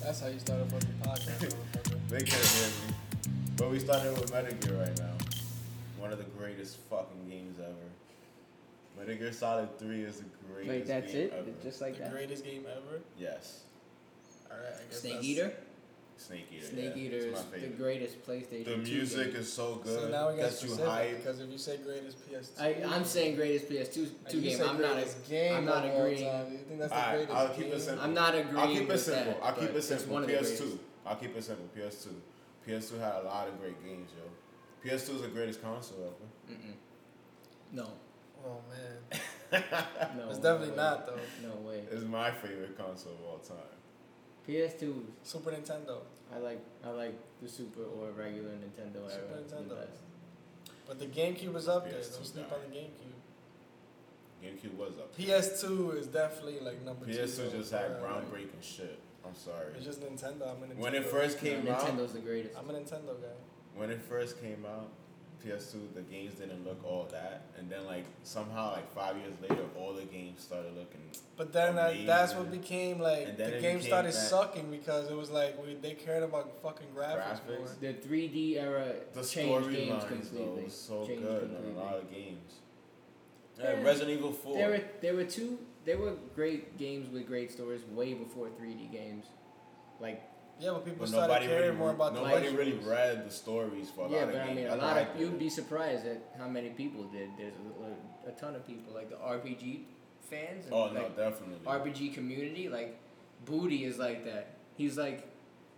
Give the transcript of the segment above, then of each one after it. That's how you start a fucking podcast, motherfucker. Big head baby. But we started with Metal Gear right now. One of the greatest fucking games ever. Metal Gear Solid 3 is the greatest Wait, that's game it? ever. Just like the that? greatest game ever. yes. All right, I guess Snake that's- Eater? Snake Eater. Snake yeah. Eater It's is my the favorite. greatest PlayStation The 2 music game. is so good. So now we got gets you specific hype. because if you say greatest PS2, I, I'm saying greatest PS2 and two you game. say I'm not. A, greatest game I'm not of all agreeing. time, You think that's the All right, greatest I'll keep it game? simple. I'm not agreeing. I'll keep it with simple. That, I'll keep but it it's simple. One of the PS2. greatest. I'll keep it simple. PS2. PS2 had a lot of great games, yo. PS2 is the greatest console ever. Mm-mm. No, Oh man, no. it's definitely no not though. Way. No way. It's my favorite console of all time. PS2. Super Nintendo, I like. I like the Super or regular Nintendo era. Super the Nintendo. best. but the GameCube is up there. PS2 Don't sleep guy. on the GameCube. GameCube was up. PS2 is definitely like number two. PS2 though, just had uh, like, groundbreaking shit. I'm sorry. It's just Nintendo. I'm a Nintendo. When it first No, came out, Nintendo's the greatest. I'm a Nintendo guy. when it first came out, PS2 the games didn't look all that, and then like somehow like five years later, all the games started looking. But then that, that's what Amazing. became like And then the it game became started that- sucking because it was like we, they cared about fucking graphics, Graphics. more. The 3D era The changed games storylines though completely. was so Changed good completely. on a lot of games. Yeah. Yeah, Resident Evil Four. There were there were two there were great games with great stories way before 3D games, like Yeah, but people But started nobody caring really, more about the nobody life. really read the stories for a yeah, lot of but I games. mean a That's lot why I of did you'd it. be surprised at how many people did. There's a, a ton of people like the RPG fans and Oh no, like definitely. RPG community. Like Booty is like that. He's like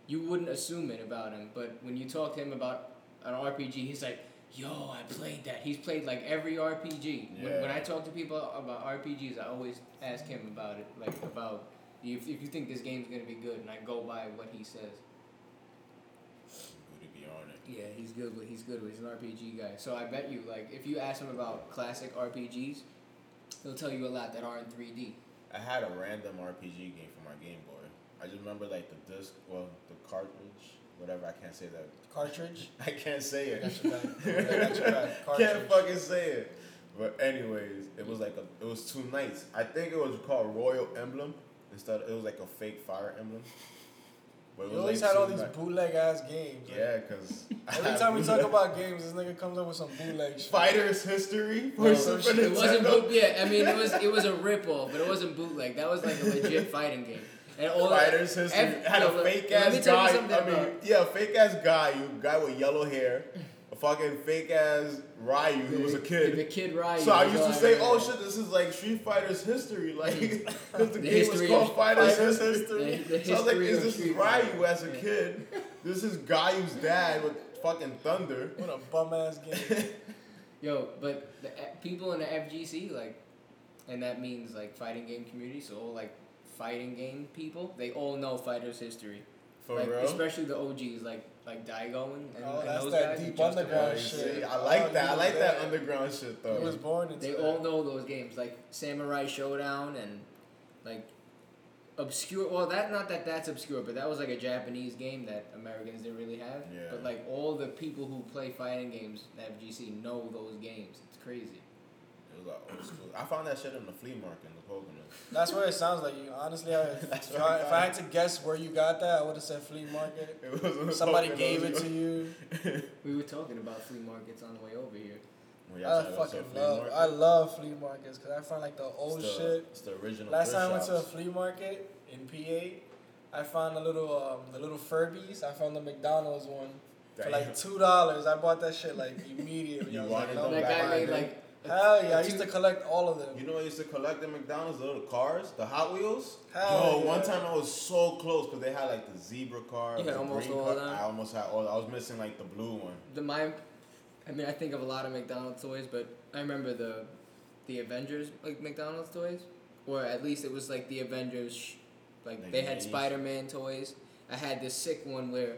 you wouldn't assume it about him, but when you talk to him about an RPG, he's like. Yo, I played that. He's played like every RPG. When, when Yeah. I talk to people about RPGs, I always ask him about it, like about if, if you think this game's gonna be good, and I go by what he says. Booty be on it. Yeah, he's good with he's good with he's an RPG guy. So I bet you like if you ask him about classic RPGs, he'll tell you a lot that aren't three D. I had a random RPG game for my Game Boy. I just remember like the disc, well, the cartridge, whatever. I can't say that. Cartridge. I can't say I it. got your back. I got your back. Cartridge. Can't fucking say it. But anyways, it was like a, it was two nights. I think it was called Royal Emblem instead. It was like a fake Fire Emblem. But You always had all these bootleg ass games. like, Yeah, cause Every time we talk about games, this nigga comes up with some bootleg shit. fighters history Oh, for Well, Super it wasn't Nintendo. boot, yeah. I mean, it was it was a ripoff, but it wasn't bootleg. That was like a legit fighting game. And all Fighters history ev- had no, a let- fake let me ass tell you guy. something I mean, about- yeah, fake ass guy. You guy with yellow hair, a fucking fake ass Ryu. He was a kid. The kid Ryu. So I was used to all say, right. "Oh shit, this is like Street Fighter's history, like because the, The game was history called of- Fighters Fighters History." the- the so I was like, history "Is of this Street Ryu Fighter." as a Yeah. kid? This is Ryu's dad with fucking Thunder." What a bum ass game. Yo, but the F- people in the FGC like, and that means like fighting game community. So all like fighting game people, they all know fighters history. For like, real. Especially the OGs like like Daigo and, and, Oh, and that's those that guys. deep and Justin underground Yeah, you Roiland. shit. see, I Oh, like that. I like that Yeah. underground shit He though. was born into They that. all know those games like Samurai Showdown and like obscure. Well, that not that that's obscure, but that was like a Japanese game that Americans didn't really have. Yeah. But like all the people who play fighting games at FGC know those games. It's crazy. It was like old school. I found that shit in the flea market in the Poconos. That's what it sounds like. You honestly, I, That's if, what I, I if got. I had to guess where you got that, I would have said flea market. It was in the Somebody Poconos, gave it yo. to you. We were talking about flea markets on the way over here. When y'all I talking about fucking flea love. market, I love flea markets because I find like the old it's the, shit. It's the original. Last thrift time I went shops. to a flea market in PA, I found a little um, the little Furbies. I found the McDonald's one for like two dollars. I bought that shit like immediately. You I was like, wanted "No, them that back guy in made the day. like a- Hell yeah! I a used two- to collect all of You them. know, I used to collect the McDonald's the little cars, the Hot Wheels. Hell Yo, one yeah. time I was so close because they had like the zebra car, You had the almost green all car. of them? I almost had all. I was missing like the blue one. the my I mean I think of a lot of McDonald's toys, but I remember the the Avengers like McDonald's toys, or at least it was like the Avengers, sh- like Like they the had 80s. Spider Man toys. I had this sick one where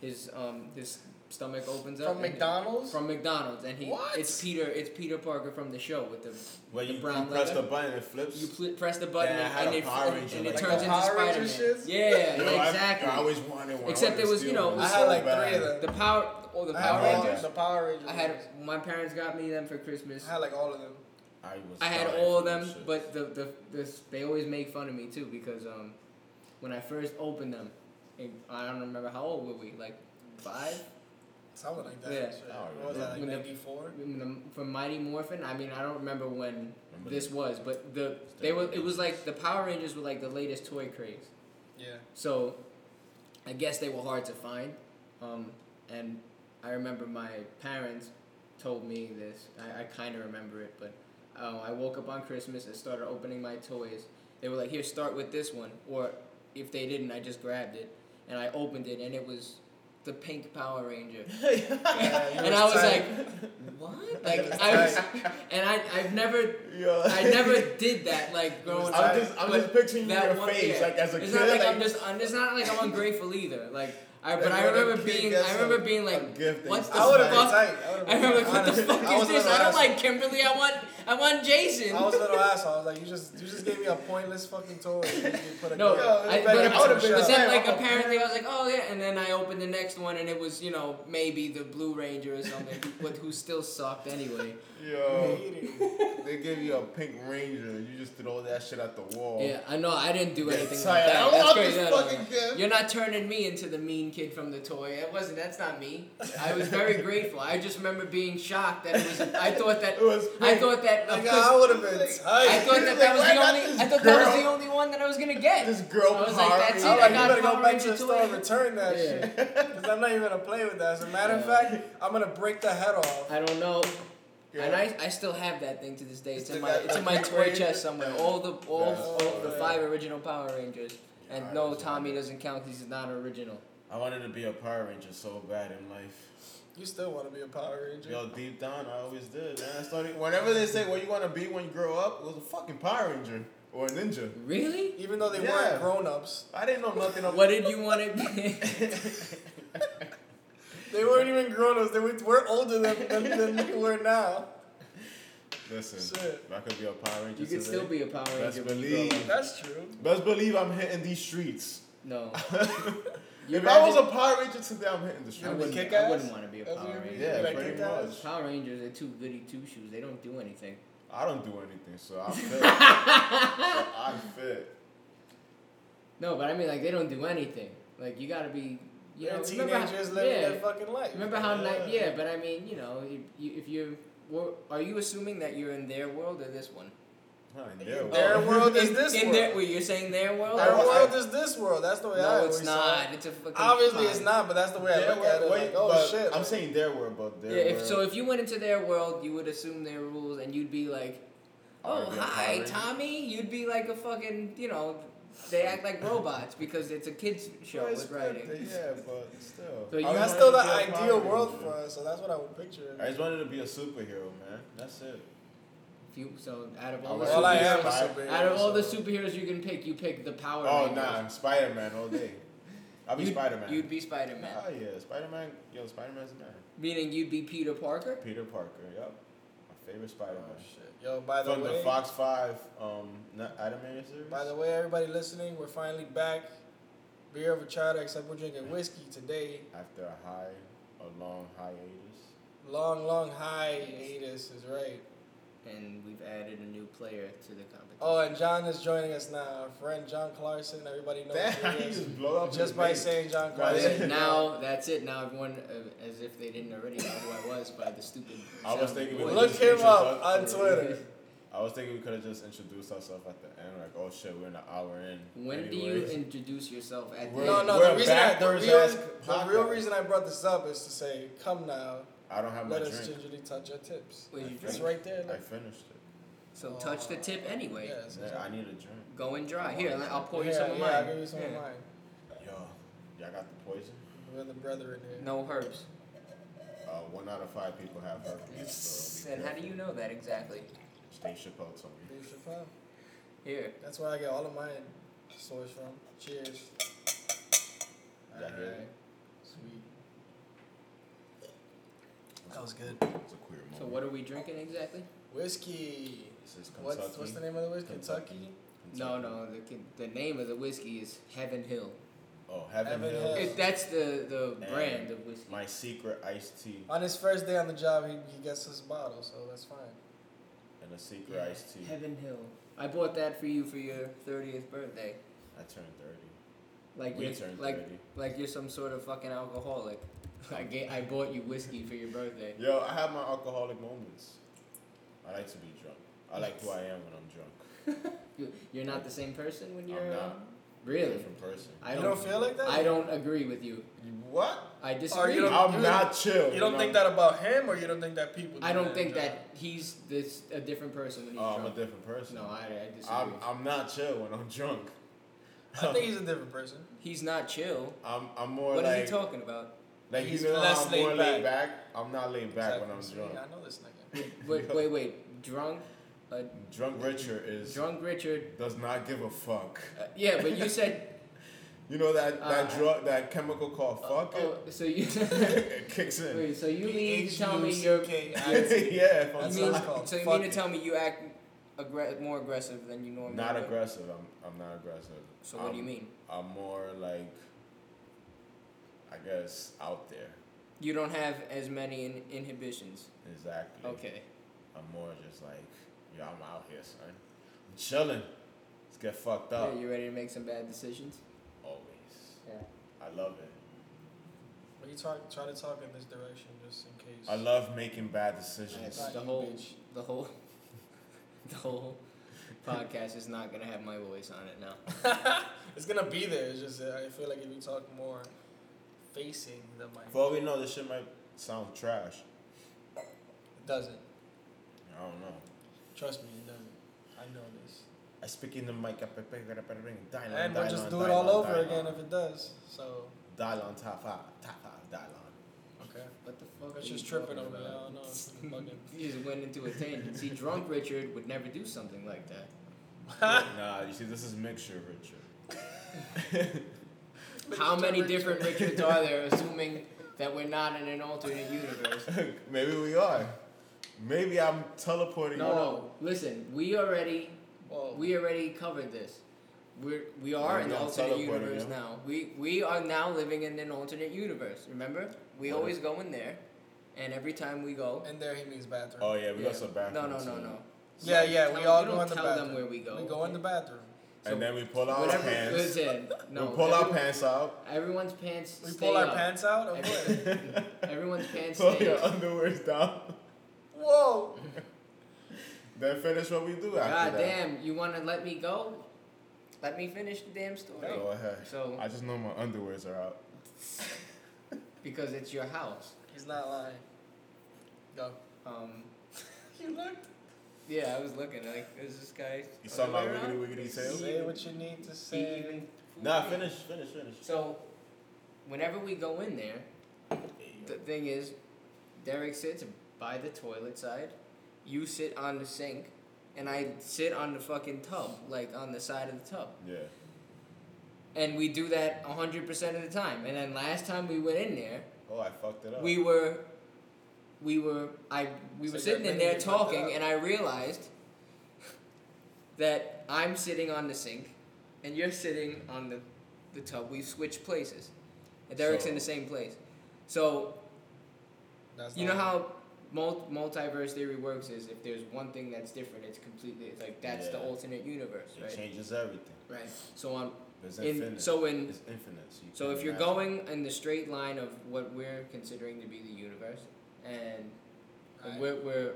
his um his stomach opens up From and- McDonald's. From McDonald's, and he What? it's Peter it's Peter Parker from the show with the Where The you, you brown press leather? the button, it flips. you pl- press the button Yeah, I had and, a it, Power and, Ranger and it like turns that. into Power Spider Ranger Man. shits? Yeah, Yo, I- exactly. I, always wanted one. I Except wanted it to was, steal you know, one. I It was had so like bad. three of them. the power oh the I had Power all Rangers. the Power Rangers. I had my parents got me them for Christmas. I had like all of them. I was. I had dying all of for that them, shit. but the, the the they always make fun of me too because um, when I first opened them, and I don't remember how old were we? Like five? Something like that. Yeah. shit. I don't What was that, like remember. 94? When the- From Mighty Morphin. I mean, I don't remember when Remember this the- was, but the they were. It was like the Power Rangers were like the latest toy craze. Yeah. So, I guess they were hard to find, um, and I remember my parents told me this. I, I kind of remember it, but um, I woke up on Christmas and started opening my toys. They were like, "Here, start with this one," or if they didn't, I just grabbed it and I opened it, and it was the pink Power Ranger. Yeah, you and I was tight. like, what? It Like was I was, and I I've never Yo. I never did that like growing up. I'm just, I'm but just picturing that your one- face yeah. like as a it's kid. not like, like, I'm just I'm just not like I'm ungrateful either. Like I but like I when a remember kid being gets I remember a- being a like gift and what's you the I still would would've have buy been fuck? it. tight. would've I remember been- like what the honestly, fuck I is was a this? little I don't ass- like Kimberly. I want I want Jason. I was a little asshole. I was like, you just you just gave me a pointless fucking toy. You put a No, gun. Yo, I, it's but, better- I would've but been the then same. like I'm a apparently I was like, oh yeah, and then I opened the next one and it was you know maybe the Blue Ranger or something, but who still sucked anyway. Yo, Hated. they give you a pink ranger and you just throw that shit at the wall. Yeah, I know. I didn't do Yeah, anything it's like like, I that. That's love crazy. this No, no, no. fucking kid. You're not turning me into the mean kid from the toy. It wasn't. That's not me. I was very grateful. I just remember being shocked that it was. I thought that. It was I pink. thought that. Of Nigga, course- I would have been tight. I thought that that Like, was the I got only. this I thought that was girl- the only one that I was gonna get. This girl I was power like, that's it. I'm I like, you got better Power go back to Ranger the store and toy. return that Yeah. shit. Because I'm not even going to play with that. As a matter of Yeah. fact, I'm going to break the head off. I don't know. Yeah. And I, I still have that thing to this day. It's in Still my got it's in that my Pink toy Ranger? chest somewhere. All the all, That's all the fire. five original Power Rangers. And Yeah, no, that's Tommy fire. doesn't count because he's not original. I wanted to be a Power Ranger so bad in life. You still want to be a Power Ranger. Yo, deep down, I always did, man. I started whenever they say what you want to be when you grow up, it was a fucking Power Ranger or a ninja. Really? Even though they Yeah. weren't grown ups, I didn't know nothing about. What did you want to be? they weren't even grown ups. They were, we're older than, than, than they were now. Listen, Shit. if I could be a Power Ranger, You could still today, be a Power Best Ranger. when you believe. grow up. That's true. Best believe I'm hitting these streets. No. You if I was a imagine- Power Ranger today, I'm hitting the I would streets. wouldn't, kick I ass? wouldn't want to be a That's what Power you mean? Ranger. Yeah, Like, pretty kick ass? much. Power Rangers, they're too goody two shoes. They don't do anything. I don't do anything, so I'm fit. so I'm fit. No, but I mean, like, they don't do anything. Like, you gotta be. You They're know, remember how- teenagers living yeah. their fucking life. Remember how Yeah. night? Yeah, but I mean, you know, if, you, if you're, wor- are you assuming that you're in their world or this one? Not in Oh, their world. Their world is in, this in world. Their, wait, you're saying their world? Their I- I- world is this world. That's the way I no, it's always saw it. not. It's a fucking. Obviously, it's pie. not, but that's the way I Their look at it. world- Like, wait, oh but shit. I'm saying their world, but their Yeah, if, world. so if you went into their world, you would assume their rules, and you'd be like, I wanna "Oh, be a Power hi, Ranger." Tommy." You'd be like a fucking, you know, they act like robots because it's a kids show Well, it's with writing. good, Yeah, but still. So you- I that's wanted still to the be a Power ideal world Ranger. for us, so that's what I would picture. I just wanted to be a superhero, man. That's it. If you- so out of all, the was Well, I am a superheroes, Superman. superhero. out of all the so- superheroes you can pick, you pick the Power Oh Rangers. nah, Spider Man all day. I'll be You'd- Spider Man. You'd be Spider Man, Oh yeah, Spider Man. Yo, Spider Man's the man. meaning you'd be Peter Parker. Peter Parker. Yep. My favorite Spider Oh, Man. shit. Yo, by the From way, the Fox Five um not animated series. by the way, everybody listening, we're finally back. Beer of a chata, except we're drinking whiskey today. After a high, a long hiatus. Long, long hiatus is right. And we've added a new player to the competition. Oh, and John is joining us now. Our friend John Clarkson. Everybody knows Damn, who he you is. just blow up. his Just by name. saying John Right. Clarkson. now that's it. Now everyone, uh, as if they didn't already know who I was by the stupid. I was sound of thinking voice. we Look just him up introduced- on Twitter. I was thinking we could have just introduced ourselves at the end, like, oh shit, we're an hour in. When Anyways. do you introduce yourself at the We're- No, end? no. we're The reason, I, the, backwards real, ass the podcast. real reason I brought this up is to say, come now, I don't have my let drink. us gingerly touch your tips. Wait, you It's drink. right there. I Look. finished it. So touch the tip anyway. Yeah, it's- Yeah, I need a drink. Go and dry. Here, I'll pour you Yeah, some of yeah, mine. I'll give you some of Yeah. mine. Yo, y'all got the poison? We have the brother in here. No herbs. Uh, one out of five people have herpes. So be and how do you careful. know that exactly? Stay Chappelle told me. Dave Chappelle. Here. That's where I get all of mine source from. Cheers. Did I hear that? Alright. Sweet. That was good. It's a queer moment. So what are we drinking exactly? Whiskey. This is Kentucky. What's, what's the name of the whiskey? Kentucky. Kentucky? No, Kentucky. no. The ki- the name of the whiskey is Heaven Hill. Oh, Heaven, Heaven Hill. Hill. It, that's the the And brand of whiskey. My secret iced tea On his first day on the job, he, he gets his bottle, so that's fine. and a secret Yeah, iced tea. Heaven Hill. I bought that for you for your 30th birthday. I turned 30. Like We you're turned like 30. like you're some sort of fucking alcoholic. I ga- I bought you whiskey for your birthday. Yo, I have my alcoholic moments. I like to be drunk. I like who I am when I'm drunk. You- You're not the same person when I'm you're. not. um, I'm a Really? different person. I you don't. don't feel like that? I don't agree with you. What? I disagree. don't- I'm you not chill. You don't when think I'm- that about him, or you don't think that people? Do I don't that? think No. that he's this a different person when he's Oh, I'm a drunk. different person. no, I, I disagree. I'm, I'm not chill when I'm drunk. I think he's a different person. he's not chill. I'm, I'm more What is like, he talking about? like He's even though less I'm laid more laid back, I'm not laid back when I'm See, drunk. I know this nigga. Wait, wait, wait. Drunk, Drunk Richard is drunk Richard. does not give a fuck. Uh, yeah, but you said. You know that that Uh, drug that chemical called fuck Oh, so you. it, it kicks in. wait, so you mean to tell me you're. yeah, if I'm That's You mean- not, what it's called. so you Fuck mean to it. tell me you act aggre- more aggressive than you normally? not um, would? aggressive. I'm I'm not aggressive. So what do you I'm- mean? I'm more like, I guess, out there. You don't have as many in- inhibitions. Exactly. Okay. I'm more just like, yo, I'm out here, son. I'm chilling. Let's get fucked Yeah, up. you ready to make some bad decisions? Always. Yeah. I love it. When you talk, try to talk in this direction, just in case. I love making bad decisions. Not the you, whole, bitch. the whole, the whole podcast is not gonna have my voice on it now. It's gonna be there. It's just that I feel like if you talk more, facing the mic, For all we know, this shit might sound trash. it doesn't. I don't know. Trust me, it doesn't. I know this. I speak in the mic. I pick it up and ring. Dial And we'll just do it all over again if it does. So Dial on top five. Top five. Dial on. okay, What the fuck? that's are you just tripping talking over there. I about? don't know. It's bugging. You just went into a tangent. See, drunk Richard would never do something like that. nah, you see, this is mixture, Richard. How Richard, many Richard. different Richards are there? Assuming that we're not in an alternate universe. Maybe we are. Maybe I'm teleporting. No, no. Listen, we already Well, we already covered this. We're, we are Yeah, in the don't alternate teleport it, universe yeah. now. We we are now living in an alternate universe. Remember, we What always go in there, and every time we go, and there he means bathroom. Oh yeah, we Yeah. got some bathroom. no, no, no, too. no. yeah, yeah. We Tell- all you go don't in the tell bathroom. them where we go. We go in the bathroom. So and then we pull our Whatever. pants. Listen, no. we pull our everyone- pants out. Everyone's pants. We stay pull our up. pants out. Of Every- what? Everyone's pants Pull stay your up. underwears down. Whoa. then finish what we do after God that. damn! You want to let me go? Let me finish the damn story. Go ahead. So I just know my underwears are out. because it's your house. He's not lying. Go. Um, You looked. yeah, I was looking like is this guy? You saw my Underwear wiggly on? wiggly tail? Say what you need to He say. even- Nah, finish, finish, finish. So, whenever we go in there, the thing is, Derek sits by the toilet side, you sit on the sink, and I sit on the fucking tub, like on the side of the tub. Yeah. And we do that 100% of the time. And then last time we went in there, Oh, I fucked it up. we were we were I we So you're were sitting in admitting there you fucked it talking up. and I realized that I'm sitting on the sink and you're sitting on the, the tub. We've switched places. And Derek's in the So- same place. So That's you not know how mul- multiverse theory works is if there's one thing that's different, it's completely it's like that's the Yeah. alternate universe, it right? changes everything. Right. So on It's in, infinite. so in it's infinite. So, you so can if you're imagine. going in the straight line of what we're considering to be the universe, and, Right. and we're, we're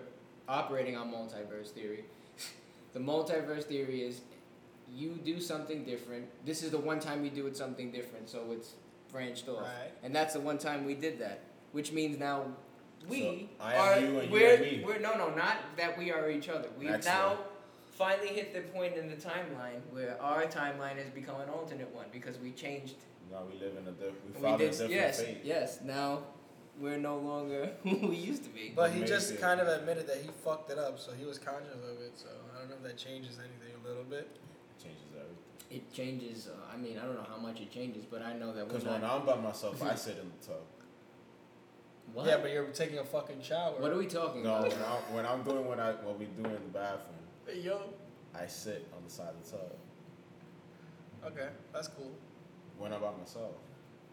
operating on multiverse theory, the multiverse theory is you do something different. This is the one time you do it something different, so it's branched off, Right. and that's the one time we did that, which means now we So I am are you and you we're, are me. we're no no not that we are each other. We've Next now one. finally hit the point in the timeline where our timeline has become an alternate one because we changed Now we live in a different. We, we follow a did, different yes, fate. yes. Now we're no longer who we used to be. But he just Amazing. kind of admitted that he fucked it up, so he was conscious of it. So I don't know if that changes anything a little bit. It changes everything. It changes. Uh, I mean, I don't know how much it changes, but I know that Because we're when not. I'm by myself, I sit in the tub. What? Yeah, but you're taking a fucking shower. what are we talking No, about? when I'm, when I'm doing what I what we do in the bathroom, Hey, yo. I sit on the side of the tub Okay, that's cool. when I'm by myself.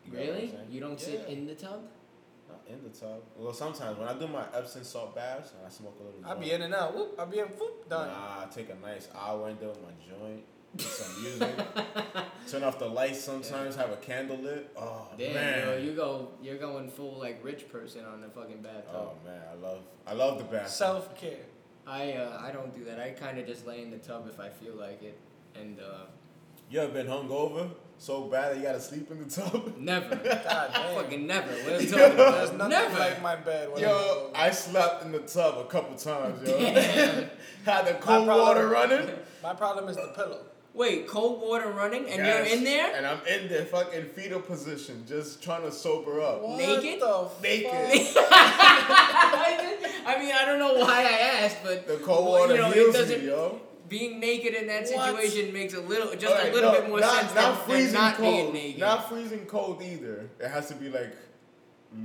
You get what I'm Really? saying? You don't sit Yeah. in the tub? Not in the tub. Well, sometimes when I do my Epsom salt baths and I smoke a little. I'll be joint, in and out. Whoop. I'll be in. Whoop. Done. Nah, I take a nice hour in there with my joint. some music. Turn off the lights sometimes. Have a candle lit. Oh Damn, man. yo, you go, you're going full like rich person on the fucking bathtub. oh man, I love I love the bathroom. Self care. I uh, I don't do that. I kind of just lay in the tub if I feel like it, and uh, you ever been hungover so bad that you gotta sleep in the tub? never, God damn. fucking never. What I'm Yo, talking There's nothing about, never. like my bed. when Yo, I'm I slept in the tub a couple times, yo. Damn. Had the cold water running. My problem is the pillow. Wait, cold water running, and Yes. you're in there. And I'm in there, fucking fetal position, just trying to sober up. What Naked? The Naked. fuck? I mean, I don't know why I asked, but The cold well, water you know, it heals doesn't- me, yo. Being naked in that What? situation makes a little, just Alright, a little no, bit more not, Not sense than, than freezing not cold. being naked. Not freezing cold either. It has to be like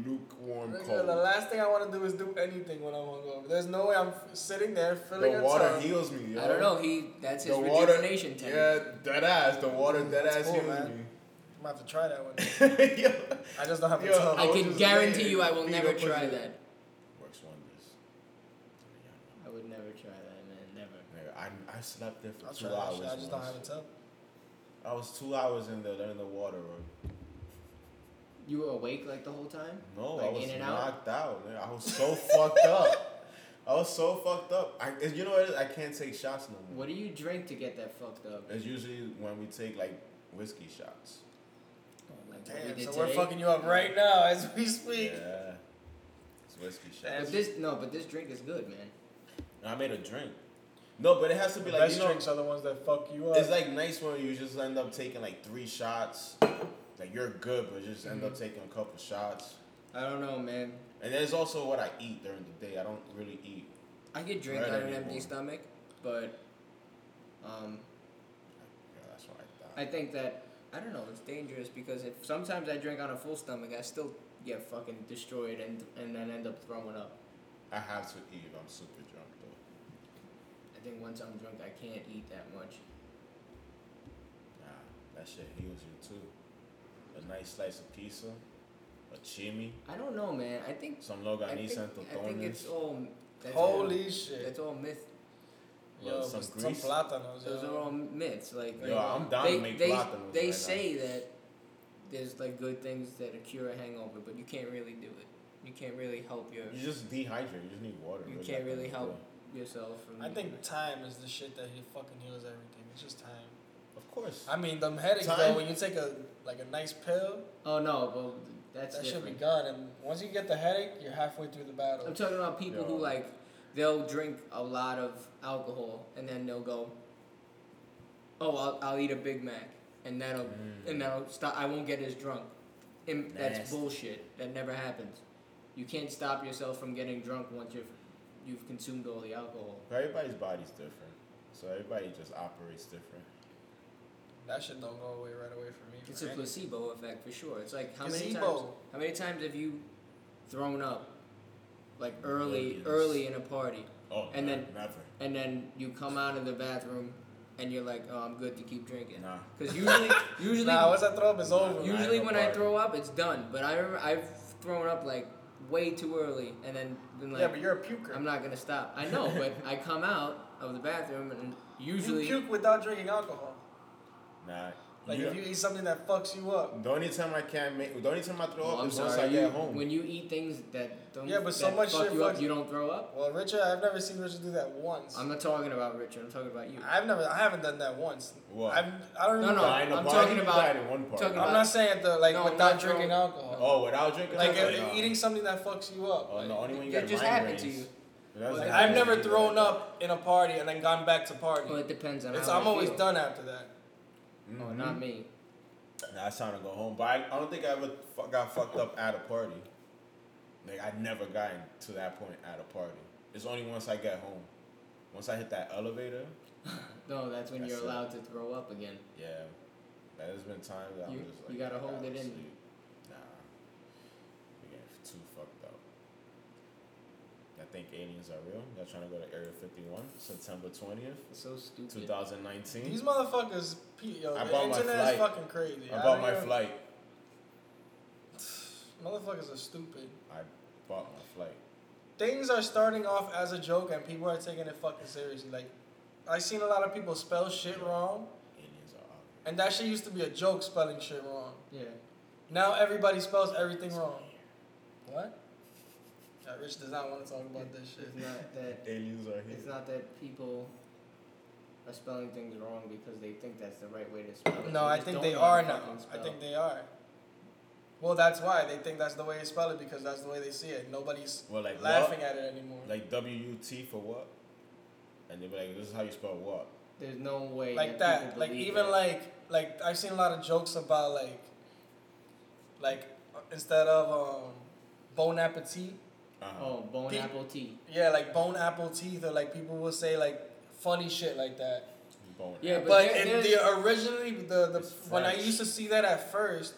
lukewarm Nigga, the cold. last thing I want to do is do anything when I'm hungover. There's no way I'm f- sitting there filling The a water tub. heals me, yo. I don't know. He that's his The water, rejuvenation technique. yeah, dead ass. The water, dead That's ass Mm, cool, heals man. I'm gonna have to try that one. me. Yo, I just don't have a Yo, tub. I I would can just guarantee lay you, I in will the never fetal try position. that. Works wonders. I would never try that, man. Never. Nigga, I, I slept there for I'll two try that hours. shit. I just don't once. have a tub. I was two hours in there there in the water. Bro. You were awake like the whole time. No, I Like, was in and out? knocked out. man. I was so fucked up. I was so fucked up. I, and you know what? It is? I can't take shots no more. What do you drink to get that fucked up? It's usually when we take like whiskey shots. Oh, Like what we Damn, did so we're today? fucking you up right now as we speak. Yeah, it's whiskey shots. But this no, but this drink is good, man. And I made a drink. No, but it has to The be like best you know. drinks are the ones that fuck you up. It's like nice when you just end up taking like three shots. Like you're good, but just end Mm-hmm. up taking a couple shots. I don't know, man. And there's also what I eat during the day. I don't really eat. I could drink Right on an anymore. empty stomach, but um, Yeah, that's what I thought. I think that I don't know. It's dangerous because if sometimes I drink on a full stomach, I still get fucking destroyed and and then end up throwing up. I have to eat if I'm super drunk though. I think once I'm drunk, I can't eat that much. Nah, that shit heals you too. A nice slice of pizza, a chimi, I don't know, man. I think some I think, longaniza and I think it's totones, all that's Holy all, shit. that's all myth. Yo, well, some some, some grease. platanos. Those are Yo. all myths. Like Yo, I'm down they, to make they, platanos They right say that there's like good things that cure a hangover, but you can't really do it. You can't really help your You just dehydrate. You just need water. you really, can't at the end really of the help day. yourself. From I think time is the shit that he fucking heals everything. It's just time. Of course. I mean, them headaches Time? though. When you take a like a nice pill, Oh no, but that's that should different. be gone. And once you get the headache, you're halfway through the battle. I'm talking about people who Yo. like they'll drink a lot of alcohol and then they'll go, "Oh, I'll, I'll eat a Big Mac," and that'll Mm. and that'll stop. I won't get as drunk. And that's Nasty. bullshit. That never happens. You can't stop yourself from getting drunk once you've you've consumed all the alcohol. Everybody's body's different, so everybody just operates different. that shit don't go away right away for me. It's for a any- placebo effect for sure. It's like how many times Placebo. how many times have you thrown up like early Millions. early in a party? Oh, And nah, then- never. and then you come out of the bathroom and you're like, oh, I'm good to keep drinking. Nah. Because usually, usually, Nah, once I throw up, it's over. You- usually Nah, when I party. throw up, it's done. But I remember I've thrown up like way too early, and then been like, yeah, but you're a puker. I'm not gonna stop. I know, but I come out of the bathroom and usually, you puke without drinking alcohol. Nah. Like you if know- you eat something that fucks you up. the only time I can't make, the only time I throw Well, up Oh, I'm is once I sorry, get you, home. when you eat things that don't Yeah, but so that much fuck shit you up, fucks- you don't throw up. Well, Richard, I've never seen Richard do that once. I'm not talking about Richard. I'm talking about you. I've never, I haven't done that once. What? I've, I don't No, even. no, Nah, in a I'm party, talking you about- died in one party. talking I'm not saying the like No, I'm without not drinking throwing- alcohol. oh, without drinking. like alcohol? if- Nah. eating something that fucks you up. Oh, like, no, only when you uh, That got just migraines. happened to you. That's like, like- I've never thrown up in a party and then gone back to party. well, it depends on it's, how I I'm always feel. done Mm-hmm. after that. Mhm. Oh, not me. Nah, it's time to go home. But I, I don't think I ever fu- got fucked up at a party. Like I never gotten to that point at a party. It's only once I get home. Once I hit that elevator, No, that's when That's you're it. allowed to throw up again. yeah. That has been times that You- I'm just you like gotta I hold it in. sleep. Nah, we getting too fucked up. I think aliens are real. Y'all trying to go to Area 51, September 20th, It's so stupid. 2019. These motherfuckers, pe- yo, I the bought my internet is flight. fucking crazy. I I bought don't my even- flight. Motherfuckers are stupid. I bought my flight. Things are starting off as a joke and people are taking it fucking seriously. Like, I seen a lot of people spell shit wrong. And that shit used to be a joke spelling shit wrong. Yeah. Now everybody spells everything wrong. What? Yeah, Rich does not want to talk about this shit. It's not that. Aliens are It's here. not that people are spelling things wrong because they think that's the right way to spell it. No, I just think don't they know how are to now. fucking I spell. think they are. Well, that's why they think that's the way they spell it because that's the way they see it. Nobody's Well, like laughing at it anymore. what? Like W U T for what? And they be like, this is how you spell what? There's no way like that. that. people Like believe even that. like like I've seen a lot of jokes about like like uh, instead of um bone appetit, Uh-huh. Oh, bone Pe- apple tea. yeah, like bone apple teeth or like people will say like funny shit like that. Bone Yeah, apple. But, But there- in there's- the originally the, the It's when I French. used to see that at first,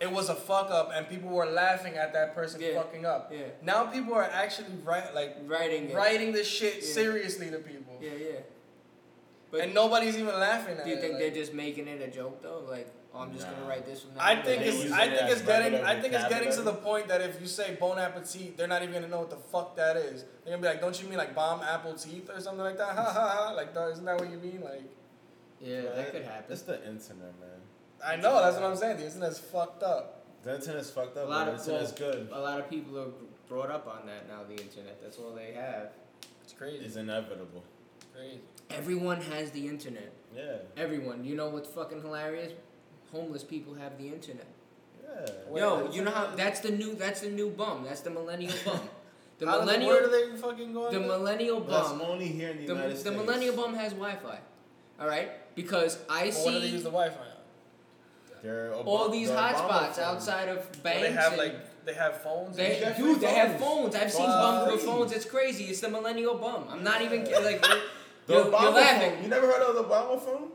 it was a fuck up and people were laughing at that person Yeah. fucking up. Yeah. Now people are actually right like Writing. It. writing this shit Yeah. seriously to people. Yeah, yeah. But and nobody's even laughing at do you it, think like- they're just making it a joke though? Like, oh, I'm just gonna Nah. write this from now. I on, think like- it's using I it think as it's getting regular I think it's getting to the vocabulary? point that if you say bon appetit, they're not even gonna know what the fuck that is. They're gonna be like, don't you mean like bomb apple teeth or something like that? Ha ha ha! Like, dog, isn't that what you mean? Like, Yeah, that could happen. It's the internet, man. I know that's what I'm saying. The internet's fucked up. The internet's fucked A up, lot but the of internet's good. A lot of people are brought up on that now. The internet. That's all they have. It's crazy. It's inevitable. It's crazy. Everyone has the internet. Yeah. Everyone. You know what's fucking hilarious? Homeless people have the internet. Yeah. Wait, Yo, that's you know how not- that's the new that's the new bum. That's the millennial bum. The How millennial Where do they fucking going? the to- millennial That's bum. only here in the, um, The, United the States. millennial bum has Wi-Fi. All right? Because I well, what do they use see the Wi-Fi on? They're Ob- all these they're Obama hotspots phones. outside of Well, banks. they have and like they have phones. they, and shit. got dude, free they have phones. phones. I've seen Wow. bums with Free. phones. It's crazy. It's the millennial bum. I'm not even Yeah. like The you're, you're Obama phone. laughing. You never heard of the Obama phone?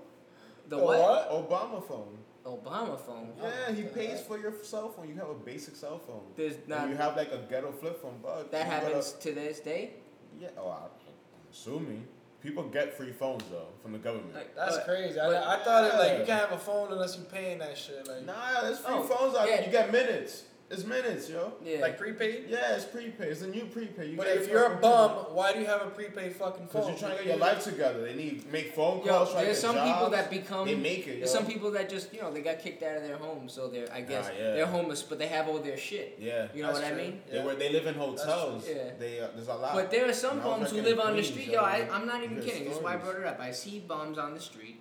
The The what? Oh what? Obama phone. Obama phone. Yeah, he what the pays heck? for your cell phone. You have a basic cell phone. There's And not you have like a ghetto flip phone, but that you gotta- happens to this day. yeah, oh, I- I'm assuming people get free phones though from the government. Like, That's uh, crazy. but- I, I thought it like Yeah. you can't have a phone unless you paying that shit. Like, nah, there's free Oh, phones out there. yeah. You get minutes. It's minutes, yo. Yeah. like prepaid. Yeah, it's prepaid. It's a new prepaid. You But get if your you're a fucking bum, minutes. why do you have a prepaid fucking phone? Cause you're trying to get your life together. They need make phone oh, Yo, calls. try to there's get some jobs. people that become. they make it. Yo. There's some people that just you know they got kicked out of their home, so they're I guess Ah, yeah. they're homeless, but they have all their shit. Yeah. You know That's what I true. mean? They Yeah. were they live in hotels. true. Yeah. They uh, there's a lot. But there are some When I was bums who back live in on the Queens, street. yo, Yo, I, you I'm not even hear kidding. That's why I brought stories. it up. I see bums on the street,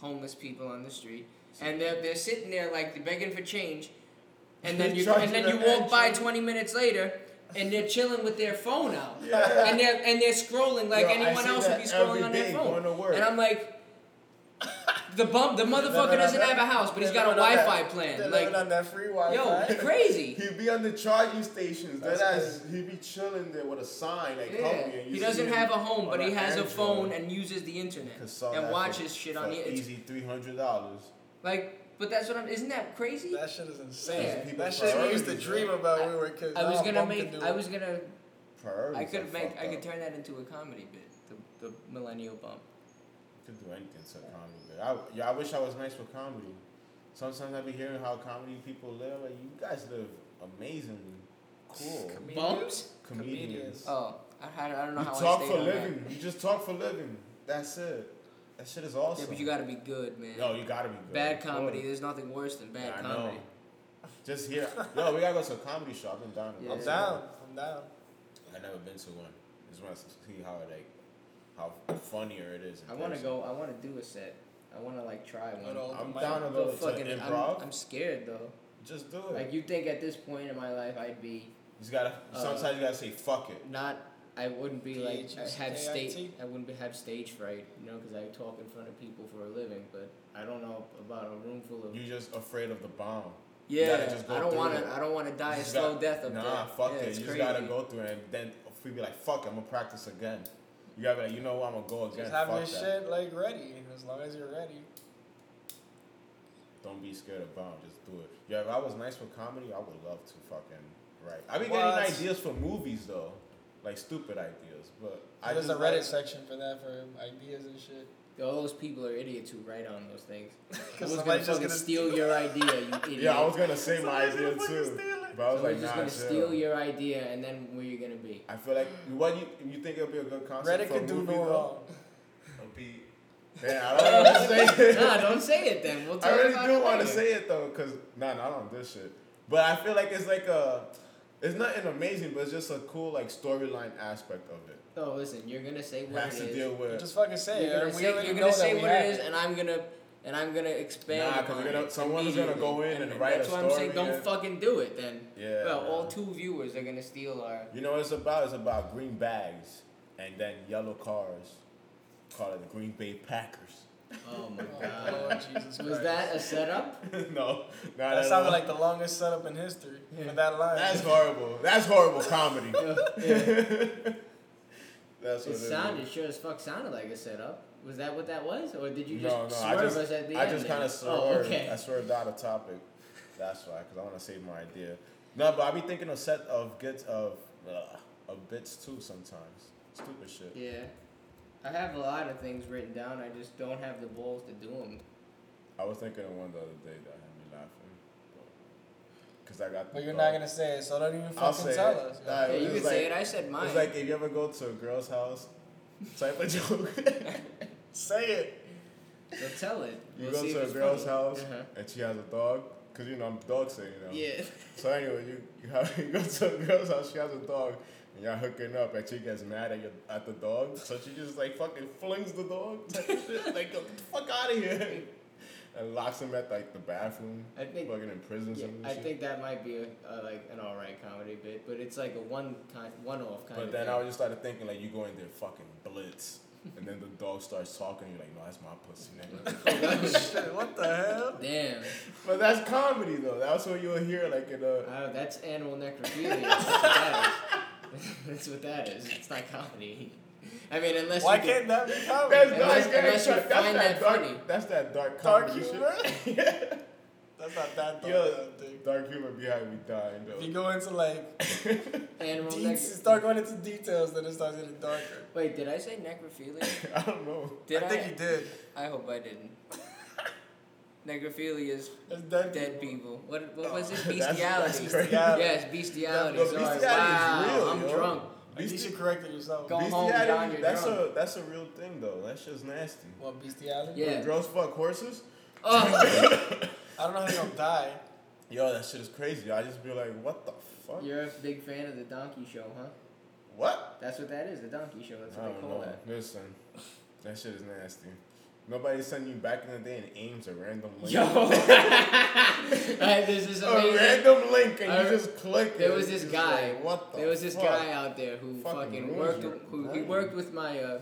homeless people on the street, and they're they're sitting there like they're begging for change, and then They you charge and then you you an walk by extra. 20 minutes later, and they're chilling with their phone out, Yeah. and they're and they're scrolling like Yo, I anyone see else would that be scrolling every on their day phone. going to work. And I'm like. The bum, the living motherfucker on doesn't that- have a house, but he's they're got a living on Wi-Fi that- They're plan. Like, living on that free Wi-Fi. Yo, crazy. He'd be on the charging stations. That That's ass, he'd be chilling there with a sign like Yeah. "Help me." And you He doesn't have a home, but he has a phone and uses the internet and and watches shit on the internet. Easy three hundred dollars. Like, but that's what I'm. Isn't that crazy? that shit is insane. Yeah. That shit we used to Priorities, dream right? about when we were kids. I Now was a gonna bum can make. do I it. was gonna. Priorities. I could are make. fucked I could up. turn that into a comedy bit. The, the millennial bump. Could do anything to comedy. But I, yeah, I wish I was nice with comedy. Sometimes I be hearing how comedy people live. Like you guys live amazingly cool. Comedians? Bumps? Comedians. Oh, I, had, I don't know You how talk I for stayed on living. You just talk for living. That's it. That shit is that. awesome. Yeah, but you gotta be good, man. Yo, you gotta be good. bad comedy. There's nothing worse than bad I comedy. know. Just here. Yo, we gotta go to a comedy show. I've been down. Yeah. I'm down. I'm down. I've never been to one. Just want to see how like how funnier it is. in I want to person. go. I want to do a set. I want to like try one. Little I'm mic. down to But go fucking, to I'm, improv. I'm scared though. just do it. Like you think at this point in my life I'd be you just gotta. uh, Sometimes you gotta say fuck it. not I wouldn't be like I have stage P-H-S-K-I-T? I wouldn't be, have stage fright, you know, because I talk in front of people for a living. But I don't know about a room full of You're just afraid of the bomb. you yeah. gotta just go I don't through want it. to. I don't want to die You a just slow got- death up nah, there. fuck yeah, it. You It's just crazy. gotta go through it, and then if we be like, fuck, it, I'm gonna practice again. You gotta be like, you know what, I'm gonna go again. Just have fuck your that. shit like ready as long as you're ready. Don't be scared of bomb. Just do it. Yeah, if I was nice with comedy, I would love to fucking write. I be What? getting ideas for movies though, like stupid ideas. But I There's just a like- Reddit section for that for ideas and shit. All those people are idiots who write on those things. Who's Because gonna somebody's fucking just gonna steal your idea, you idiot? Yeah, I was gonna say my Somebody's gonna idea fucking too, steal it. but I was Somebody's like, just nah, gonna chill. steal your idea, and then where you're gonna be? I feel like what you you think it'll be a good concept Reddit for a can do movie, no though? wrong. It'll be Man, I don't want to say it. nah, don't say it then. We'll talk I about really it do want to later. say it though, cause nah, not on this shit. But I feel like it's like a, it's nothing amazing, but it's just a cool like storyline aspect of it. No, Oh, listen, you're gonna say It what has it to is. deal with. Just fucking say You're it. gonna We say, already you're know gonna that say we what have it is, and I'm gonna and I'm gonna expand Nah, 'cause upon we're gonna- it. someone is gonna immediately. go in and write that's a why I'm saying story don't and- fucking do it then. Yeah, Well, man. all two viewers are gonna steal our. you know, what it's about it's about green bags and then yellow cars. Call it the Green Bay Packers. Oh my Oh, god. Lord Jesus Was Christ. that a setup? no, not That at sounded all. like the longest setup in history Yeah. for that line. That's horrible. That's horrible comedy. That's what It it is. sounded sure as fuck sounded like a setup. Was that what that was, or did you just No, no, I swerve just, us at the I end? just then? kind of swerved. Oh, okay. I swerved out a topic. That's why, because I want to save my idea. No, but I be thinking of set of gets of ugh, of bits too sometimes. Stupid shit. Yeah, I have a lot of things written down. I just don't have the balls to do them. I was thinking of one the other day that had me laughing, because I got. the But you're not thought. gonna say it, so don't even I'll fucking say tell it. us. Nah, Yeah, it you was can like- say it. I said mine. It's like if you ever go to a girl's house, type of joke. Say it. so tell it. you We'll go see if to a it's girl's funny. house Uh-huh. and she has a dog, because you know I'm dog sitting. You know. Yeah. So anyway, you you, have, you go to a girl's house, she has a dog, and y'all hooking up, and she gets mad at your, at the dog, so she just like fucking flings the dog, type of shit, like get the fuck out of here, and locks him at like the bathroom, I think- fucking imprisons Yeah, him. and I shit. think that might be a, a like an alright comedy bit, but it's like a one kind, one off kind But of. then thing. I was just started thinking like you go in there fucking blitz, and then the dog starts talking, you're like, no, that's my pussy, nigga. Shit, what the "Oh, hell? Damn, but that's comedy though. That's what you'll hear like in a. oh, that's animal necrophilia. that's what that is. That's what that is. It's not comedy. I mean, unless Why you can- can't that be That's comedy? Unless- dark, gang unless you shit. that's find that that dark, funny. that's that dark Dark comedy shit. humor. That's not that dark. Yo. I don't think. Dark humor behind me dying If you though. go into like animal de- necrophilia. start going into details, then it starts getting darker. Wait, did I say necrophilia? I don't know. Did I I? think you did. I hope I didn't. necrophilia is It's dead. dead people. people. What what was it? That's- that's Bestiality. crazy. Yeah. yes, bestiality. Yo, Sorry. bestiality is wow, real, I'm yo. drunk. Like, you Beastia- should correct it yourself. Go- home, bestiality, John, you're that's drunk. a that's a real thing though. That's just nasty. What bestiality? Yeah. When girls fuck horses. Oh, I don't know how they're gonna die. Yo, that shit is crazy. I just be like, what the fuck? you're a big fan of the donkey show, huh? What? That's what that is, the donkey show. That's I what don't they call know. that. Listen, that shit is nasty. Nobody sent you back in the day and aims a random link. Yo, Alright, there's this a amazing. random link and I- you just click. There it. was this It's guy. like, what the? There was this fuck? guy out there who Fucking fucking ruins worked. your Who he brain. worked with my uh,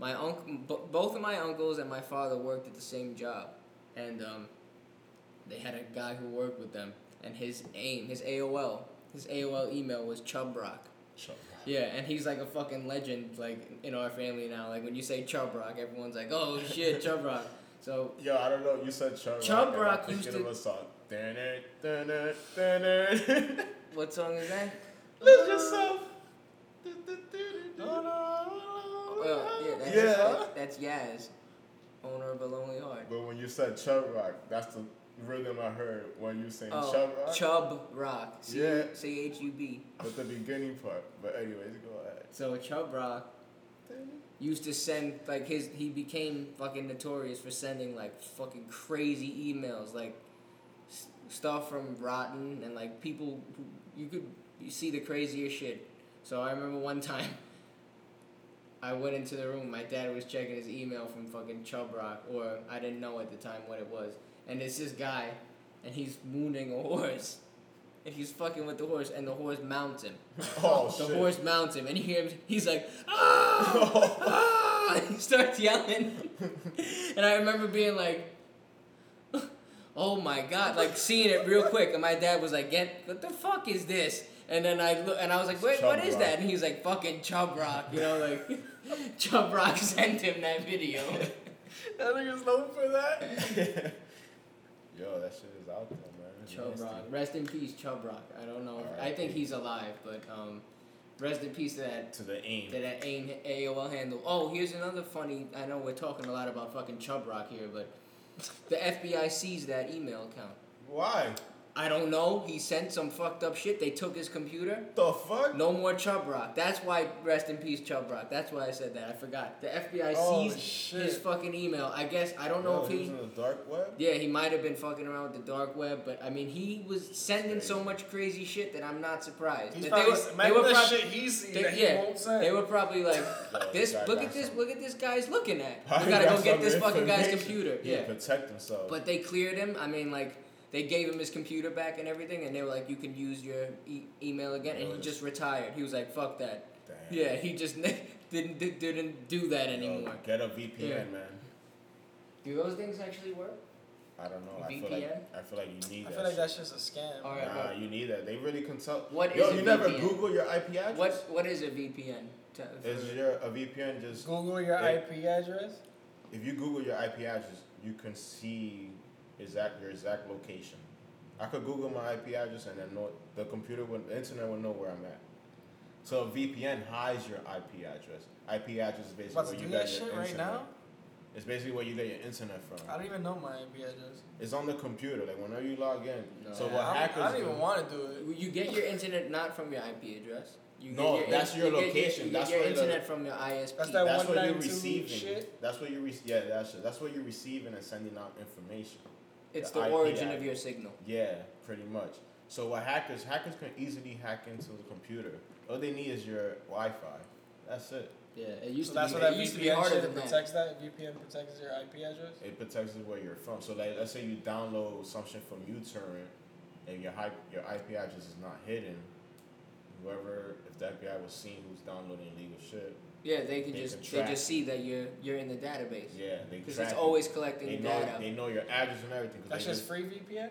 my uncle. bo- Both of my uncles and my father worked at the same job, and um, they had a guy who worked with them. And his aim, his AOL, his AOL email was Chubb Rock. Shut up. Yeah, and he's like a fucking legend, like in our family now. Like when you say Chubb Rock, everyone's like, "Oh shit, Chubb Rock." So Yo, I don't know. You said Chub Rock. Chub and I'm Rock thinking used to- of a song. Dun it, dun it, dun it. What song is that? Lose yourself. Well, Oh, yeah, that's, Oh, Yeah. that's, that's Yaz, owner of a lonely heart. But when you said Chub Rock, that's the rhythm I heard when you saying Oh, Chub Rock. Chub Rock. C- Yeah. C H U B. With the beginning part. But anyways, go ahead. So Chub Rock used to send like his. He became fucking notorious for sending like fucking crazy emails, like s- stuff from Rotten and like people. Who, you could you see the craziest shit. So I remember one time. I went into the room. My dad was checking his email from fucking Chub Rock, or I didn't know at the time what it was. And it's this guy, and he's mooning a horse, and he's fucking with the horse, and the horse mounts him. Oh, The shit. horse mounts him, and he hears he's like, ah, ah, and he starts yelling. and I remember being like, oh my god, like seeing it real quick. And my dad was like, get, what the fuck is this? And then I look, and I was like, wait, what Chub is Rock. that? And he's like, fucking Chub Rock, you know, like Chub Rock sent him that video. That nigga's known for that. Yo, that shit is out there, man. It's Chub nasty. Rock, rest in peace, Chub Rock. I don't know. if- I R.I.P. think he's alive, but um, rest in peace to that To the aim. Did that AIM AOL handle? Oh, here's another funny. I know we're talking a lot about fucking Chub Rock here, but the FBI seized that email account Why? I don't know. He sent some fucked up shit. They took his computer. The fuck? No more Chubb Rock. That's why, rest in peace, Chubb Rock. That's why I said that. I forgot. The FBI Oh, seized shit. his fucking email. I guess, I don't know Yo, if he was he. in the dark web. Yeah, he might have been fucking around with the dark web, but I mean, he was sending so much crazy shit that I'm not surprised. He's That probably, imagine the prob- shit he's seen they- that he yeah, won't send. they were probably like, Yo, this. this guy Look Oh, got at this. some- Look at this guy's looking at. How We he gotta got go get some this fucking guy's information? computer. He Yeah, would protect himself. but they cleared him. I mean, like they gave him his computer back and everything, and they were like, "You can use your e- email again." And he Yes. just retired. He was like, "Fuck that." Damn. Yeah, he just didn't did- didn't do that Yo, anymore. Get a VPN, Yeah. man. Do those things actually work? I don't know. I feel like VPN? I feel like you need I that. feel like shit. that's just a scam. All right. Nah, you need that. They really consult. What Yo, is a you never VPN? Google your IP address. What what is a VPN? To- Is your a VPN just Google your Yeah. IP address. if you Google your IP address, you can see exact your exact location. I could Google my IP address and then know the computer would the internet would know where I'm at. So a VPN hides your IP address. IP address is basically About to where you do get that your shit internet. right now. It's basically where you get your internet from. I don't even know my IP address. It's on the computer. Like whenever you log in. No. So Yeah, what I don't- hackers? I don't do- even want to do it. you get your internet not from your IP address. You No, get your that's your you get location. you get That's your where the- internet from your ISP. That's that that's what you're 192 receiving. shit? That's what you're re- yeah, that's it. That's what you're receiving and sending out information. it's the the IP origin address. of your signal. Yeah, pretty much. So what hackers hackers can easily hack into the computer. All they need is your Wi-Fi. That's it. Yeah, it used So to that's be. what that it used to be VPN harder shit than that. protects that. VPN protects your IP address. It protects where you're from. So like, let's say you download something from uTorrent, and your hype your IP address is not hidden. Whoever, if that guy was seen who's downloading illegal shit, Yeah, they can They just can they track just see that you're you're in the database yeah, they because track it's it. always collecting they know data. they know your address and everything. 'cause That's they just free VPN.